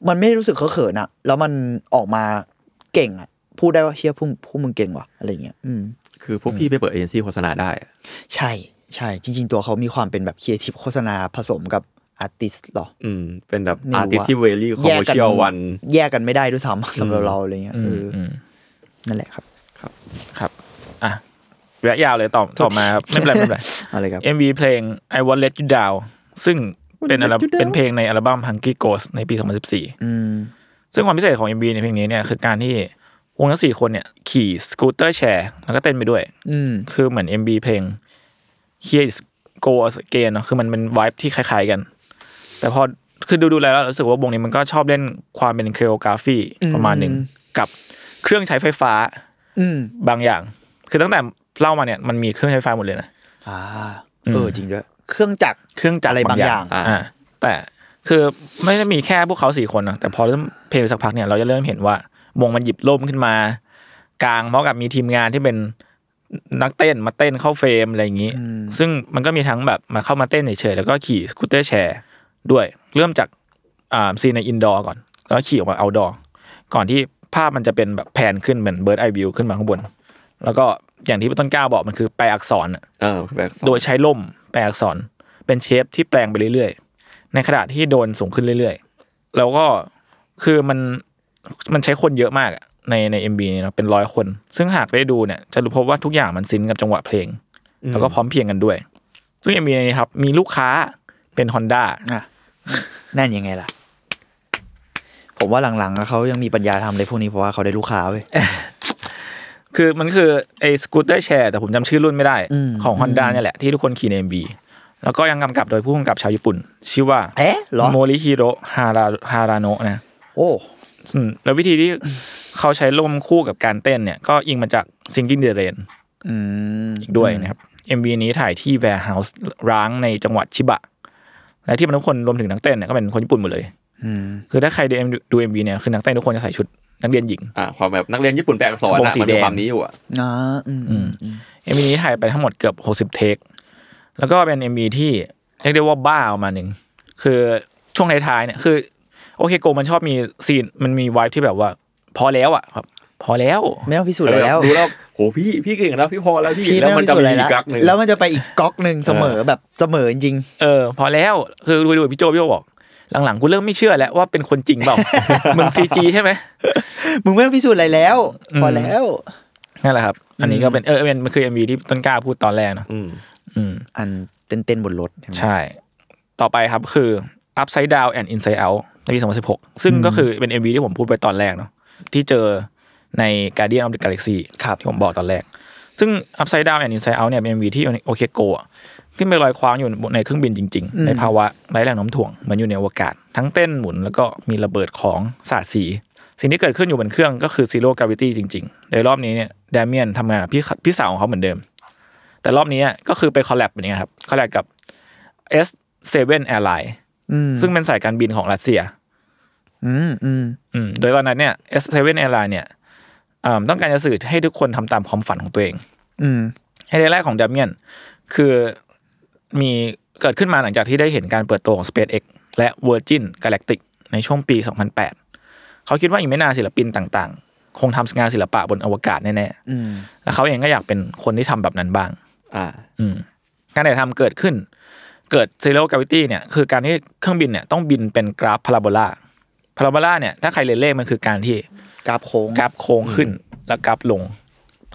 มันไม่ได้รู้สึกเขินๆอะแล้วมันออกมาเก่งอะพูดได้ว่าเชี่ยพวกพวกมึงเก่งว่ะอะไรเงี้ย อืม คือพวกพี่ไปเปิดเอเจนซี่โฆษณาได้อะ ใช่ ใช่ จริง ๆ ตัวเขามีความเป็นแบบครีเอทีฟโฆษณาผสมกับอาร์ติสหรอ อืม เป็นแบบ ไม่รู้ อา อะ ร์ติสที่เวลี่คอม แย เมอกร์ กั เชียลวัน แยกกันไม่ได้ด้วยซ้ำส ำหรับเราอะไรเงี้ย อื เอ ม ออ อืม นั่นแหละครับ ครับ อ่ะระยะยาวเลยต่อต่อมาครับ ไม่เป็นไรไม่เป็นไร อะไรครับ MV เพลง I Want Let You Down ซึ่งเป็นอัลบั้มเป็นเพลงในอัลบั้ม Hungry Ghost ในปี 2014 อืม ซึ่งความพิเศษของ MV ในเพลงนี้เนี่ยคือการที่วงทั้งสี่คนเนี่ยขี่สกูตเตอร์แชร์แล้วก็เต้นไปด้วย อืม คือเหมือน MB เพลง Here is go again เนาะคือมันเป็นวายที่คล้ายๆกัน แต่พอคือดูๆแล้วรู้สึกว่าวงนี้มันก็ชอบเล่นความเป็นเคโอกราฟีประมาณหนึ่งกับเครื่องใช้ไฟฟ้า อืม บางอย่าง คือตั้งแต่เล่ามาเนี่ยมันมีเครื่องใช้ไฟฟ้าหมดเลยนะ อ่า อืม เออจริงด้วยเครื่องจักร เครื่องจัก อะไรบางอย่าง อ่าแต่คือไม่ได้มีแค่พวกเขาสี่คนนะแต่พอเริ่มเพลงไปสักพักเนี่ยเราจะเริ่มเห็นว่าวงมันหยิบร่มขึ้นมา กลางพร้อมกับมีทีมงานที่เป็นนักเต้นมาเต้นเข้าเฟรมอะไรอย่างนี้ ซึ่งมันก็มีทั้งแบบมาเข้ามาเต้นเฉยๆแล้วก็ขี่สกูตเตอร์แชร์ด้วย เริ่มจากอ่าซีนในอินดอร์ก่อน แล้วก็ขี่ออกมาเอาดอร์ก่อนที่ภาพมันจะเป็นแบบแผนขึ้นเหมือนเบิร์ดไอวิวขึ้นมาข้างบน แล้วก็อย่างที่ต้นกล้าบอกมันคือแปลอักษรอะ เออแบบสอง โดยใช้ล่มแปลอักษรเป็นเชฟที่แปลงไปเรื่อยๆ ในขณะที่โดนสูงขึ้นเรื่อยๆ แล้วก็คือมันมันใช้คนเยอะมากอะในในเอ็มบีเนี่ยเนาะเป็นร้อยคน ซึ่งหากได้ดูเนี่ยจะรู้พบว่าทุกอย่างมันซินกับจังหวะเพลง แล้วก็พร้อมเพรียงกันด้วย ซึ่งเอ็มบีนี้ครับมีลูกค้าเป็น Honda อ่ะนั่นยังไงล่ะ ผมว่าหลังๆอะเขายังมีปัญญาทำอะไรพวกนี้เพราะว่าเขาได้ลูกค้าเว้ย คือมันคือไอ้สกูตเตอร์แชร์แต่ผมจำชื่อรุ่นไม่ได้ อืม ของ Honda เนี่ยแหละที่ทุกคนขี่ใน MB แล้วก็ยังกำกับโดยผู้กำกับชาวญี่ปุ่น ชื่อว่า เอ๊ะเหรอ โมริฮิโรฮาราฮาราโนะนะ โอ้ อืมแล้ววิธีที่ เขาใช้ร่วมคู่กับการเต้นเนี่ย ก็อิงมาจาก Singing the Rain อืม อีกด้วยนะครับ MV นี้ถ่ายที่ Warehouse ร้างในจังหวัดชิบะ และที่มันทุกคนรวมถึงนักเต้นเนี่ยก็เป็นคนญี่ปุ่นหมดเลย อืม คือถ้าใครดู MV ดู MV เนี่ยคือนักเต้นทุกคนจะใส่ชุดนักเรียนหญิง อ่าความแบบนักเรียนญี่ปุ่นแปลอักษร ว อะ งสี มันมี แดง ความนี้อยู่อะ อ่าอืมอืมอืม MV นี้ถ่ายไปทั้งหมดเกือบ 60 เทค แล้วก็เป็น MV ที่เรียกได้ว่าบ้าประมาณหนึ่ง คือช่วงท้ายๆเนี่ยคือ โอเคโกมันชอบมีซีนมันมีวายที่แบบว่า พอแล้วอ่ะครับพอแล้ว ไม่ต้องพิสูจน์อะไรแล้ว ดูแล้วโหพี่พี่เก่งแล้วพี่พอแล้วพี่ พี่ แล้ว ไม่ต้อง มันจะมีพิสูจน์อะไร อี ละ กกักหนึ่ง แล้วมันจะไปอีกก๊อกหนึ่งเสมอแบบเสมอจริง เออพอแล้วคือดูดูพี่โจพี่โจบอก หลังๆ กูเริ่มไม่เชื่อแล้วว่าเป็นคนจริงเปล่ า มึงซีจีใช่ไหม มึงไม่ต้องพิสูจน์อะไรแล้ว พอแล้ว นั่นแหละครับ อันนี้ก็เป็นเออเป็นมันคือ MV ที่ต้นกล้าพูดตอนแรกเนอะ อืม อืม อันเต้นเต้นๆบนรถใช่ไหม ใช่ ต่อไปครับคือ Upside Down and Inside Out ในปี 2016 ซึ่งก็คือเป็น MV ที่ผมพูดไปตอนแรกเนาะที่เจอใน Guardian of the Galaxy ครับ ที่ผมบอกตอนแรก ซึ่ง Upside Down and Inside Out เนี่ยเป็น MV ที่โอเคโกะขึ้นไปลอยคว้างอยู่ในเครื่องบินจริง ๆ ในภาวะไร้แรงโน้มถ่วงเหมือนอยู่ในอวกาศ ทั้งเต้นหมุนแล้วก็มีระเบิดของสาดสี สิ่งที่เกิดขึ้นอยู่บนเครื่องก็คือ Zero Gravity จริงๆ โดยรอบนี้เนี่ยดเมียนทำงานกับพี่พี่สาวของเขาเหมือนเดิม แต่รอบนี้ก็คือไปคอลแลบแบบนี้ครับคอลแลบกับ S7 Airline อืม ซึ่งเป็นสายการบินของรัสเซีย อืมอืม อืมโดยตอนนั้นเนี่ย S7 Airline เนี่ยเอิ่มต้องการจะสื่อให้ทุกคนทำตามความฝันของตัวเอง อืม ไฮไลท์แรกของดัมเมียนคือมีเกิดขึ้นมาหลังจากที่ได้เห็นการเปิดตัวของ SpaceX และ Virgin Galactic ในช่วงปี 2008 เขาคิดว่าอีกไม่นานศิลปินต่างๆ คงทำงานศิลปะบนอวกาศแน่ อืม ๆ และเขาเองก็อยากเป็นคนที่ทำแบบนั้นบ้าง อ่า อืมการถ่ายทำเกิดขึ้น เกิด zero gravity เนี่ย คือการที่เครื่องบินเนี่ยต้องบินเป็นกราฟพาราโบลาพาราโบลาเนี่ย ถ้าใครเรียนเลขมันคือการที่ กราฟโค้ง กราฟโค้งขึ้นแล้วกราฟลง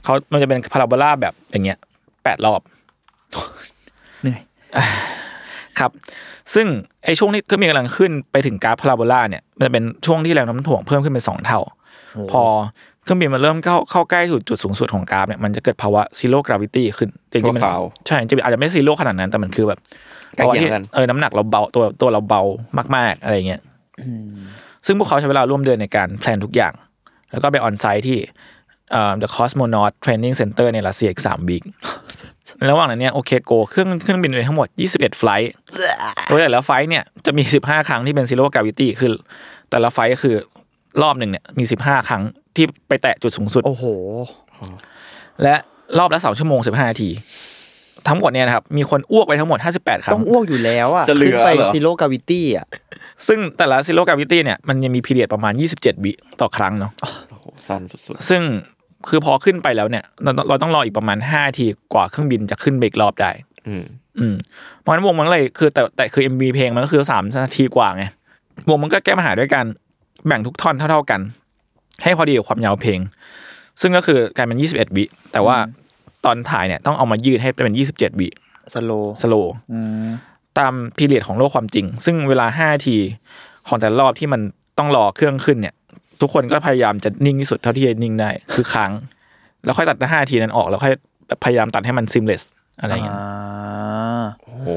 เขามันจะเป็นพาราโบลาแบบอย่างเงี้ยแปดรอบ เหนื่อย ครับ ซึ่งไอ้ช่วงที่เครื่องบินกำลังขึ้นไปถึงกราฟพาราโบลาเนี่ยมันจะเป็นช่วงที่แรงโน้ำถ่วงเพิ่มขึ้นเป็นสองเท่า พอเครื่องบินมันเริ่มเข้าเข้าใกล้สู่จุดสูงสุดของกราฟเนี่ยมันจะเกิดภาวะซีโร่กราวิตี้ขึ้นจริงๆมัน ชั่วคราว ใช่จริงๆอาจจะไม่ซีโร่ขนาดนั้น แต่มันคือแบบ ใกล้เคียงกัน เออน้ำหนักเราเบาตัวตัวเราเบามากๆอะไรอย่างเงี้ยซึ่งพวกเขาใช้เวลาร่วมเดือนในการแพลนทุกอย่าง แล้วก็ไปออนไซต์ที่เอ่อ The Cosmonaut Training Center ในรัสเซียอีก3วีค ในระหว่างนั้นเนี่ยโอเคโกเครื่องเครื่องบินไปทั้งหมด 21 ไฟลท์โดยแต่ละไฟลท์เนี่ยจะมี 15 ครั้งที่เป็นซีโร่กราวิตี้คือ แต่ละไฟลท์ก็คือรอบหนึ่งเนี่ยมี 15 ครั้งที่ไปแตะจุดสูงสุด โอ้โห และรอบละ 2 ชั่วโมง 15 นาที ทั้งหมดเนี่ยนะครับ มีคนอ้วกไปทั้งหมด 58 ครั้ ต้อง งอ้วกอยู่แล้วอ่ะ จะเหลื ขึ้น อ ไป เหรอ ซีโร่กาวิตี้อ่ะ ซึ่งแต่ละซีโร่กราวิตี้เนี่ยมันยังมีพีเรียดประมาณ 27 วิต่อครั้งเนาะ โอ้โหสั้นสุด ซึ่งคือพอขึ้นไปแล้วเนี่ยเราเราต้องรออีกประมาณ5นาทีกว่าเครื่องบินจะขึ้นไปอีกรอบได้ ๆอืม อืมเพราะฉะนั้นวงมันเลยคือแต่แต่คือ MV เพลงมันก็คือสามนาทีกว่าไงวงมันก็แก้ปัญหาด้วยการแบ่งทุกท่อนเท่า ๆกัน ให้พอดีกับความยาวเพลง ซึ่งก็คือกลายเป็น 21 วิแต่ว่าตอนถ่ายเนี่ยต้องเอามายืดให้เป็น 27 วิ สโล สโลว์ อืม ตามพีเรียดของโลกความจริง ซึ่งเวลา 5 ทีของแต่ละรอบที่มันต้องรอเครื่องขึ้นเนี่ย ทุกคนก็พยายามจะนิ่งที่สุดเท่าที่จะนิ่งได้ คือค้างแล้วค่อยตัดห้าทีนั้นออกแล้วค่อยพยายามตัดให้มันซิมเลสอะไรอย่างเงี้ย อ่า โอ้ โห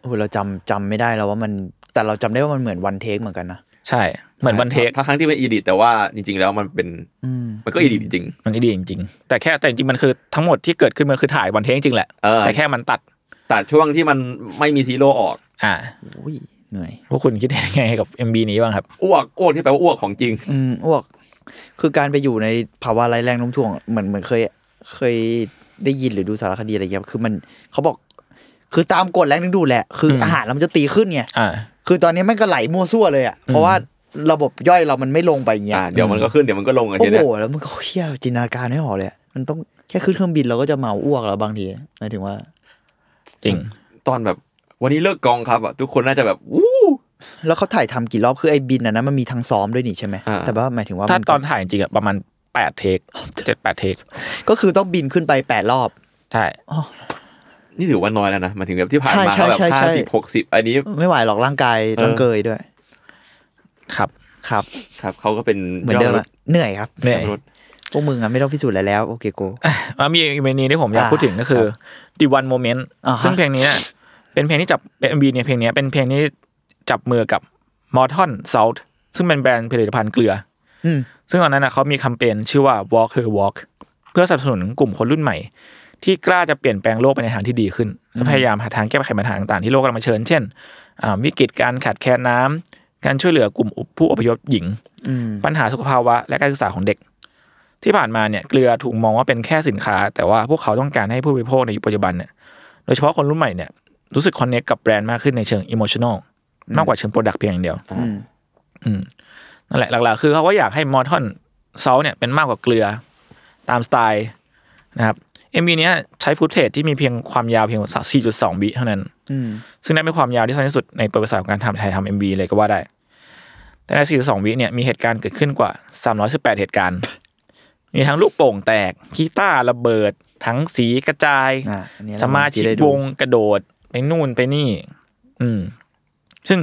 โอ้โหเราจำจำไม่ได้แล้วว่ามันแต่เราจำได้ว่ามันเหมือนวันเทคเหมือนกันนะ ใช่ เหมือนวันเทค ทั้งครั้งที่เป็นอีดิทแต่ว่าจริง ๆ แล้วมันเป็น อืม มันก็อีดิทจริง มันดีจริงๆ แต่แค่แต่จริงๆ มันคือทั้งหมดที่เกิดขึ้นมันคือถ่ายวันเทคจริงแหละ เออ แต่แค่มันตัด ๆตัดช่วงที่มันไม่มีซีโร่ออก อ่า อุ้ยเหนื่อย พวกคุณคิดยังไงกับ MB นี้บ้างครับ อ้วกอ้วกที่แปลว่าอ้วกของจริง อืมอ้วก คือการไปอยู่ในภาวะไร้แรงโน้มถ่วงเหมือนเหมือนเคย เคยได้ยินหรือดูสารคดีอะไรเงี้ยคือมันเขาบอก คือตามกฎแรงดึงดูดแหละ คืออ ม อาหารเรามันจะตีขึ้นไง อ่า คือตอนนี้มันก็ไหลมั่วซั่วเลยอ่ะ เพราะว่าระบบย่อยเรามันไม่ลงไปอย่างเงี้ย อ่าเดี๋ยวมันก็ขึ้นเดี๋ยวมันก็ลงกัน โอ้ ที โห เนี้ย แล้วมันก็เฮี้ยจินตนาการไม่ออกเลยอะมันต้องแค่ขึ้นเครื่องบินเราก็จะเมาอ้วกแล้วบางทีหมายถึงว่า จริง ตอนแบบวันนี้เลิกกองครับอ่ะทุกคนน่าจะแบบวู้ แล้วเขาถ่ายทำกี่รอบคือไอ้บินอันนั้นมันมีทั้งซ้อมด้วยนี่ใช่ไหม อ่า แต่ว่าหมายถึงว่า ถ้า มัน ต ก็ อนถ่ายจริงๆอะประมาณแปดเทคเจ็ดแปดเทค ก็คือต้องบินขึ้นไปแปดรอบ ใช่ นี่ถือว่าน้อยแล้วนะหมันถึงแบบที่ผ่านมา ใช่ ก็แบบ ใช่ใช่ ห้าสิบหกสิบอันนี้ ไม่ไหวหรอกร่างกาย เออ ต้องเกยด้วย ครับ ครับ ครับเขาก็เป็น เหมือนเดิมอะเหนื่อยครับ เนี่ย มนุษย์ พวกมึงอะไม่ต้องพิสูจน์อะไรแล้วโอเคโก อ่ะมีอีกเมนูที่ผมอยากพูดถึงก็คือ The One Moment อ่าฮะ ซึ่งเพลงนี้เนี่ยเป็นเพลงที่จับ MV เนี่ยเพลงเนี้ยเป็นเพลงที่จับมือกับ Morton Salt ซึ่งเป็นแบรนด์ผลิตภัณฑ์เกลือ อืม ซึ่งตอนนั้นนะเขามีแคมเปญชื่อว่า Walk Her Walk เพื่อสนับสนุนกลุ่มคนรุ่นใหม่ ที่กล้าจะเปลี่ยนแปลงโลกไปในทางที่ดีขึ้น และพยายามหาทางแก้ไขปัญหาต่างๆที่โลกกำลังเผชิญเช่นอ่าวิกฤตการขาดแคลนน้ำการช่วยเหลือกลุ่มผู้อพยพหญิง อืม ปัญหาสุขภาวะและการศึกษาของเด็ก ที่ผ่านมาเนี่ยเกลือถูกมองว่าเป็นแค่สินค้า แต่ว่าพวกเขาต้องการให้ผู้บริโภคในยุคปัจจุบันเนี่ยโดยเฉพาะคนรุ่นใหม่เนี่ยรู้สึกคอนเนคกับแบรนด์มากขึ้นในเชิงอิโมชันอลมากกว่าเชิงโปรดักต์เพียงอย่างเดียว อืม อืมนั่นแหละหลักๆคือเขาก็อยากให้มอร์ทอนเซาเนี่ยเป็นมากกว่าเกลือตามสไตล์นะครับเอ็มบีเนี้ยใช้ฟุตเทจที่มีเพียงความยาวเพียง 4.2 วิเท่านั้น อืม ซึ่งนั่นเป็นความยาวที่สั้นที่สุดในประวัติศาสตร์ของการทำถ่ายทำเอ็มบีเลยก็ว่าได้ แต่ใน 42 วิเนี่ยมีเหตุการณ์เกิดขึ้นกว่า 318 เหตุการณ์ มีทั้งลูกโป่งแตกกีตาร์ระเบิด ทั้งสีกระจาย อ่ะอันนี้เรา สมาชิก เมื่อกี้ได้ดู วงกระโดด ไปนู่นไปนี่ อืม ซึ่ง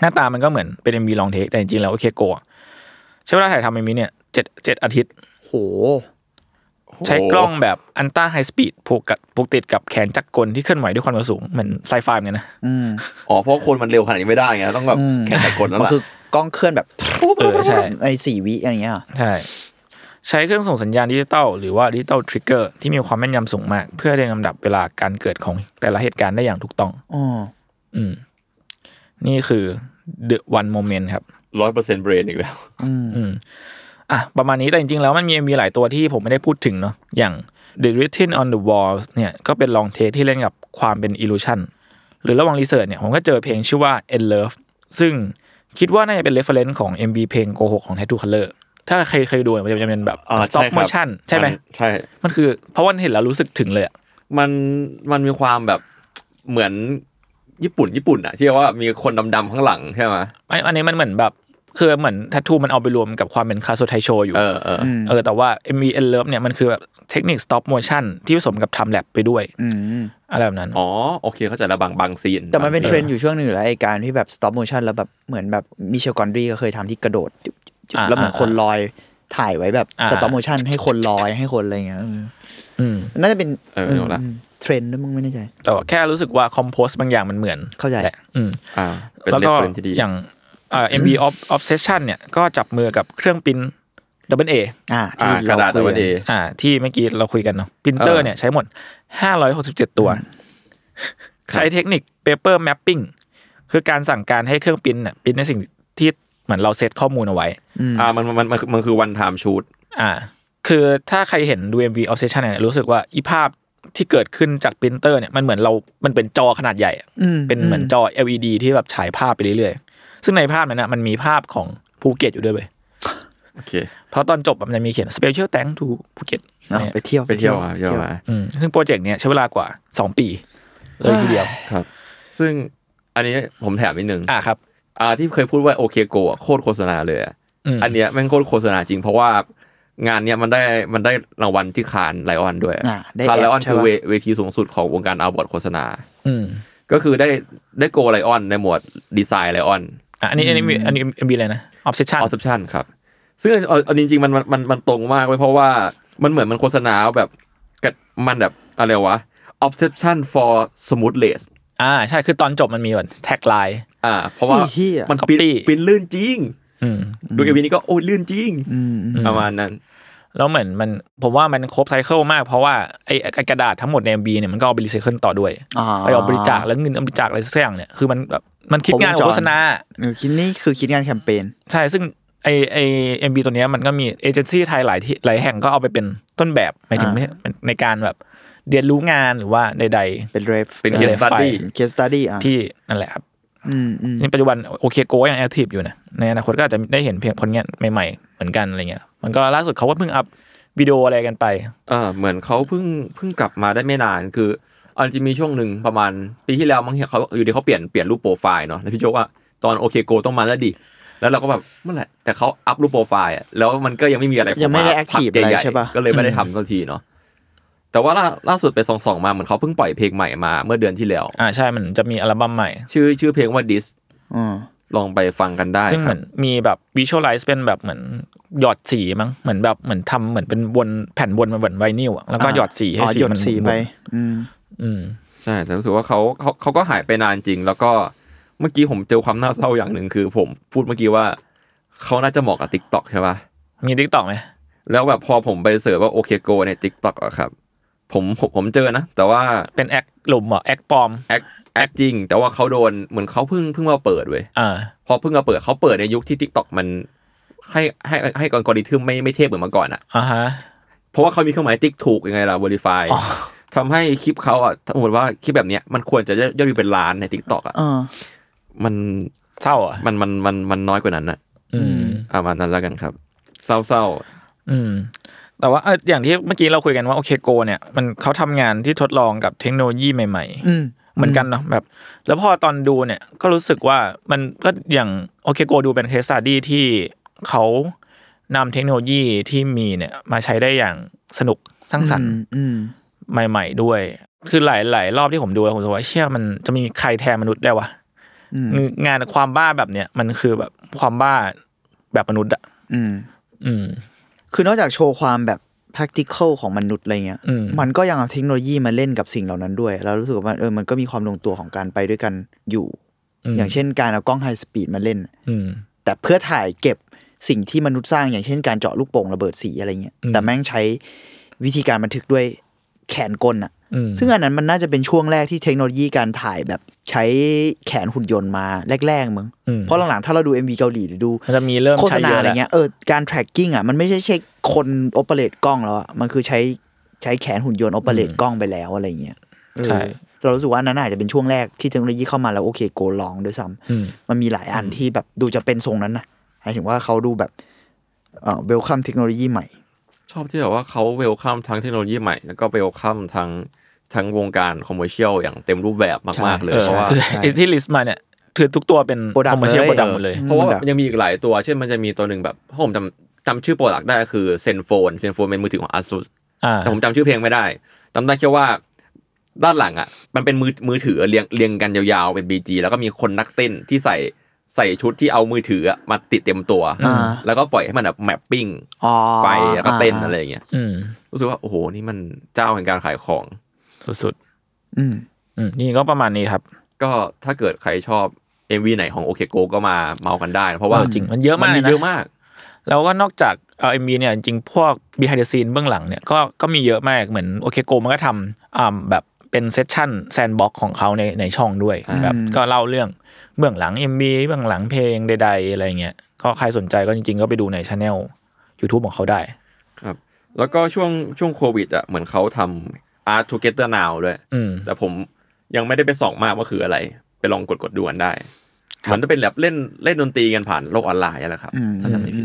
หน้าตามันก็เหมือนเป็น MV ลองเทคแต่จริงๆแล้วโอเคโกะใช้เวลาถ่ายทำ MV เนี่ยเจ็ดเจ็ดอาทิตย์ โห ใช้กล้องแบบอันต้าไฮสปีดผูกกับผูกติดกับแขนจักรกลที่เคลื่อนไหวด้วยความเร็วสูงเหมือนไซไฟเหมือนกันนะ อืม อ๋อเพราะคนมันเร็วขนาดนี้ไม่ได้ไงต้องแบบ อืม แข่งกับกดแล้ว มัน ล่ะ คือกล้องเคลื่อนแบบ เออใช่ ไอ้สี่วิอย่างเงี้ยเหรอ ใช่ ใช้เครื่องส่งสัญญาณดิจิตอลหรือว่าดิจิตอลทริกเกอร์ที่มีความแม่นยำสูงมาก เพื่อเรียงลำดับเวลาการเกิดของแต่ละเหตุการณ์ได้อย่างถูกต้อง อ๋อ อืม นี่คือ The One Moment ครับ ร้อยเปอร์เซ็นต์เบรนอีกแล้ว อืม อืมอ่ะ ประมาณนี้แต่จริง ๆ แล้วมันมี MV หลายตัวที่ผมไม่ได้พูดถึงเนาะอย่าง The Written on the Walls เนี่ยก็เป็นลองเทสที่เล่นกับความเป็น illusion หรือระหว่างรีเสิร์ชเนี่ยผมก็เจอเพลงชื่อว่า e n Love ซึ่งคิดว่าน่าจะเป็น reference ของ MV เพลงโกหกของ Tattoo Color ถ้าใครเคยดูเนี่ยมันจะเป็นแบบ อ่า stop ใช่ครับ motion ใช่ไหม นใช่ มันคือเพราะว่าเห็นแล้วรู้สึกถึงเลยอะ มันมันมีความแบบเหมือนญี่ปุ่นญี่ปุ่นอะที่ว่ามีคนดำๆข้างหลังใช่ไหม ไออันนี้มันเหมือนแบบคือเหมือนทัตทูมันเอาไปรวมกับความเป็นคาโซไทโชอยู่ เออเอออ เออแต่ว่า MV n Love เนี่ยมันคือแบบเทคนิค stop motion ที่ผสมกับ time lapse ไปด้วย อืม อะไรแบบนั้น อ๋อโอเคเข้าใจละบางบางซีน แต่มันเป็น บาง เทร ซี นด์อยู่ช่วงหนึ่งอยู่แล้วไอ้การที่แบบ stop motion แล้วแบบเหมือนแบบมิเชลกอนดรีก็เคยทำที่กระโดดจุ๊บจุ๊บจุ๊บ อ่า แล้วเหมือนคนลอยถ่ายไว้แบบ อ่า stop motion ให้คนลอยให้คนอะไรอย่างเงี้ยอืม อืม น่าจะเป็น เออเดี๋ยวละ มเทรนด์ด้วยมึงไม่แน่ใจ แต่ว่าแค่รู้สึกว่า compose บางอย่างมันเหมือน เข้าใจ แหละอืม อ่าเป็น แล้ว เรฟ ก็ เฟรนที่ดี อย่างเอ่อ MV of Obsession เนี่ยก็จับมือกับเครื่องพิมพ์ double A อ่า อ่า ที่ กระดาษ คุ ตัวย เอ อ่า ที่เมื่อกี้เราคุยกันเนาะพิมพ์เตอร์ เออ เนี่ยใช้หมด 567 ตัว ใช้เทคนิค paper mapping คือการสั่งการให้เครื่องพิมพ์เนี่ยพิมพ์ในสิ่งที่เหมือนเราเซตข้อมูลเอาไว้ อ่ามันมันมันมันคือวันไทม์ชูด อ่า คือถ้าใครเห็นดู MV Obsession เนี่ยรู้สึกว่าอีภาพที่เกิดขึ้นจากปรินเตอร์เนี่ยมันเหมือนเรา มันเป็นจอขนาดใหญ่อะเป็นเหมือนจอ LED ที่แบบฉายภาพไปเรื่อยๆ ซึ่งในภาพนั้นนะมันมีภาพของภูเก็ตอยู่ด้วยเว้ย โอเค เพราะตอนจบอะมันจะมีเขียน Special Thanks to ภูเก็ต เอาไปเที่ยว ไปเที่ยวมาไปเที่ยวมา อืมซึ่งโปรเจกต์เนี้ยใช้เวลากว่า 2 ปีเลยทีเดียว ครับ ซึ่งอันนี้ผมแถมนิดนึง อ่ะครับ อ่าที่เคยพูดว่าโอเคโกะโคตรโฆษณาเลยอะ อืม อันเนี้ยแม่งโคตรโฆษณาจริงเพราะว่างานเนี้ยมันได้มันได้รางวัลที่คานไลออนด้วย อ่าได้ คานไลออน แอดใช่ คือ ปะ เวเวทีสูงสุดของวงการอาบอร์ดโฆษณา อืม ก็คือได้ได้โกไลออนในหมวดดีไซน์ไลออน อ่ะอันนี้อันนี้มีอันนี้ MV อะไรนะ อ Obsession อสชั่นครับ ซึ่งเอาเอาจริงๆมันมันมันมันตรงมากเว้ยเพราะว่ามันเหมือนมันโฆษณาแบบกะมันแบบอะไรวะ obsession for smoothness อ่าใช่คือตอนจบมันมีแบบแท็กไลน์ อ่า เพราะว่า ไอ้เหี้ย มันปิ้น Copy ปิ้นลื่นจริง อืม ดูเอวีนี้ก็โอ้ยลื่นจริง อืมอืม ประมาณนั้น แล้วเหมือนมันผมว่ามันครบไซเคิลมากเพราะว่าไอ้ไอ้กระดาษทั้งหมดใน MB เนี่ยมันก็เอาไปรีไซเคิลต่อด้วย อ่า ไปเอาบริจาคแล้วเงินเอาบริจาคอะไรสักอย่างเนี่ยคือมันแบบมันคิดงาน ครบวงจร โฆษณา หนูคิดนี่คือคิดงานแคมเปญ ใช่ ซึ่งไอไอเอ็มบีตัวเนี้ยมันก็มีเอเจนซี่ไทยหลายที่หลายแห่งก็เอาไปเป็นต้นแบบหมายถึง อ่า ไม่ในการแบบเรียนรู้งานหรือว่าใด เป็นเรฟ เป็น เป็น case ไฟ study เคสตัดดี้อ่ะ ๆที่นั่นแหละครับ อืมอืม ในปัจจุบันโอเคโกยังแอคทีฟอยู่นะในอนาคตก็อาจจะได้เห็นเพียงผลงานใหม่ๆ เหมือนกันอะไรเงี้ยมันก็ล่าสุดเขาก็เพิ่งอัพวิดีโออะไรกันไป เออเหมือนเขาเพิ่งเพิ่งกลับมาได้ไม่นานคือเอาจริงๆมีช่วงหนึ่งประมาณปีที่แล้วมั้งเห็นเขาอยู่ดีเขาเปลี่ยนเปลี่ยนรูปโปรไฟล์เนาะแล้วพี่โจว่าตอนโอเคโกต้องมาแล้วดิแล้วเราก็แบบเมื่อไหร่แต่เขาอัพรูปโปรไฟล์อะแล้วมันก็ยังไม่มีอะไร ยังไม่ได้แอค พัก ทีฟอะไร หญ่ๆ ใช่ป่ะ ก็เลยไม่ได้ทำสักทีเนาะแต่ว่าล่าล่าสุดไปส่องๆมาเหมือนเขาเพิ่งปล่อยเพลงใหม่มาเมื่อเดือนที่แล้ว อ่าใช่มันจะมีอัลบั้มใหม่ ชื่อชื่อเพลงว่า dis อืม ลองไปฟังกันได้ ซึ่ง ค เหมื รับ อนมีแบบวิชวลไลซ์เป็นแบบเหมือนหยอดสีมั้งเหมือนแบบเหมือนทำเหมือนเป็นวนแผ่นวนมันเหมือนไวนิลอะแล้วก็หยอดสีให้ อ๋อ สี หยด มัน สีไป อืม อืม ใช่แต่รู้สึกว่าเขาเขาเขาก็หายไปนานจริง แล้วก็เมื่อกี้ผมเจอความน่าเศร้าอย่างหนึ่งคือผมพูดเมื่อกี้ว่าเขาน่าจะเหมาะกับ TikTok ใช่ปะ มีทิกตอกไหม แล้วแบบพอผมไปเสิร์ชว่าโอเคโกในทิกตอกอะครับ ผมผมผมเจอนะ แต่ว่า เป็นแอคหลุมเหรอแอคปลอม แอคแอคจริง แต่ว่าเขาโดนเหมือนเขาเพิ่งเพิ่งมาเปิดเว้ย อ่า พอเพิ่งมาเปิดเขาเปิดในยุคที่ทิกตอกมัน ให้ให้ให้กรกริทึมไม่ไม่เทพเหมือนเมื่อก่อนอะ อ่าฮะ เพราะว่าเขามีเครื่องหมายติ๊กถูกยังไงล่ะบริฟาย อ๋อ ทำให้คลิปเขาอะสมมติว่าคลิปแบบเนี้ยมันควรจะยอดวิวเป็นล้านในทิกตอกอะ อ่า มัน เศร้าเหรอ่ะ มันมันมันมันน้อยกว่านั้นอะ อืม ประมาณนั้นแล้วกันครับ เศร้าเศร้า อืม แต่ว่าเอออย่างที่เมื่อกี้เราคุยกันว่าโอเคโก เนี่ย มันเขาทำงานที่ทดลองกับเทคโนโลยีใหม่ ๆ อืม เหมือนกันเนาะแบบ แล้วพอตอนดูเนี่ยก็รู้สึกว่ามันก็อย่างโอเคโกดูเป็นเคสตัดดี้ที่เขานำเทคโนโลยีที่มีเนี่ยมาใช้ได้อย่างสนุกสร้างสรรค์ อืม ใหม่ ๆ ด้วย คือหลายหลายรอบที่ผมดูแล้วผมรู้สึกว่าเชื่อมันจะมีใครแทนมนุษย์ได้วะ อืม งานความบ้าแบบเนี้ยมันคือแบบความบ้าแบบมนุษย์อะ อืม อืม คือนอกจากโชว์ความแบบ practical ของมนุษย์อะไรเงี้ย อืม มันก็ยังเอาเทคโนโลยีมาเล่นกับสิ่งเหล่านั้นด้วย แล้วรู้สึกว่ามันเออ มันก็มีความลงตัวของการไปด้วยกันอยู่ ม อย่างเช่นการเอากล้องไฮสปีดมาเล่น อืม แต่เพื่อถ่ายเก็บสิ่งที่มนุษย์สร้างอย่างเช่นการเจาะลูกโป่งระเบิดสีอะไรเงี้ย อืม แต่แม่งใช้วิธีการบันทึกด้วยแขนกลอะ อืม ซึ่งอันนั้นมันน่าจะเป็นช่วงแรกที่เทคโนโลยีการถ่ายแบบใช้แขนหุ่นยนต์มาแรกๆมึง อืม เพราะหลังๆ ถ้าเราดู MV เกาหลีหรือดู มันจะมีเริ่ม โฆษ ใช้ ณา เยอะ อะไร แล้ว เงี้ยเออการ tracking อ่ะมันไม่ใช่ใช้คนโอเปเรตกล้องแล้วอะมันคือใช้ใช้แขนหุ่นยนต์โอเปเรตกล้องไปแล้วอะไรเงี้ยเออ ใช่ เรารู้สึกว่าอันนั้นอาจจะเป็นช่วงแรกที่เทคโนโลยีเข้ามาแล้วโอเคโกลองด้วยซ้ำ อืม มันมีหลายอันที่แบบดูจะเป็นทรงนั้นนะหมายถึงว่าเขาดูแบบเอ่อ welcome เทคโนโลยีใหม่ ๆชอบที่แบบว่าเขาเวลคัมทั้งเทคโนโลยีใหม่แล้วก็เวลคัมทั้งทั้งวงการคอมเมอร์เชียลอย่างเต็มรูปแบบมากๆเลย เออ เพราะว่า คือ ใช่ ไอ้ที่ลิสต์มาเนี่ยคือทุกตัวเป็นค Product อมเมอร์เชียล เลย โปรดักหมดเลย อืม เพราะว่า แบบ มันยังมีอีกหลายตัว เช่นมันจะมีตัวหนึ่งแบบผมจำจำชื่อโปรดักต์ได้คือเซนโฟนเซนโฟนเป็นมือถือของ ASUS อ่า แต่ผมจำชื่อเพลงไม่ได้จำได้แค่ว่าด้านหลังอ่ะ มันเป็นมือมือถือเรียงเรียงกันยาวๆเป็นบีจีแล้วก็มีคนนักเต้นที่ใส่ใส่ชุดที่เอามือถืออะมาติดเต็มตัว อ่า แล้วก็ปล่อยให้มันแบบแมปปิ้ง อ๋อ ไฟแล้วก็เต้นา อะไรอย่างเงี้ย อืม รู้สึกว่า โอ้โห นี่มันเจ้าแห่งการขายของ สุด อืม ๆอืมนี่ก็ประมาณนี้ครับ ก็ถ้าเกิดใครชอบ MV ไหนของโอเคโกก็มาเมากันได้นะเพราะว่า ว่าจริงมันเยอะ มั มาก มี เลย เยอะ นะ มาก แล้วก็นอกจากเอ็มบีเนี่ยจริงๆพวก behind the scene เบื้องหลังเนี่ยก็ก็มีเยอะมากเหมือนโอเคโกมันก็ทำอ่าแบบเป็นเซสชั่นแซนบ็อกของเขาในในช่องด้วย อืม แบบก็เล่าเรื่องเบื้องหลัง MB เบื้องหลังเพลงใดๆอะไรเงี้ยก็ใครสนใจก็จริงๆ ก็ไปดูในช anel YouTube ของเขาได้ ครับแล้วก็ช่วงช่วงโควิดอ่ะเหมือนเขาทำ Art Together Now ด้วย อืม แต่ผมยังไม่ได้ไปส่องมากว่าคืออะไร ไปลองกดกดๆดูกันได้ มันจะเป็นแบบเล่นเล่นดนตรีกันผ่านโลกออนไลน์นั่นแหละครับ อืม ถ้าจำไม่ผิด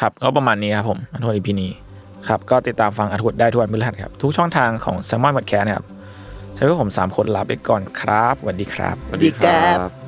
ครับก็ประมาณนี้ครับผมอัทวดอีพีนี้ครับก็ติดตามฟังอัทวดได้ทุกวันพฤหัสครับ ทุกช่องทางของ s ซ l m o n p o d c a s t นะครับใช้พวกผม 3 คนลาไปก่อนครับสวัสดีครับ สวัสดีครับ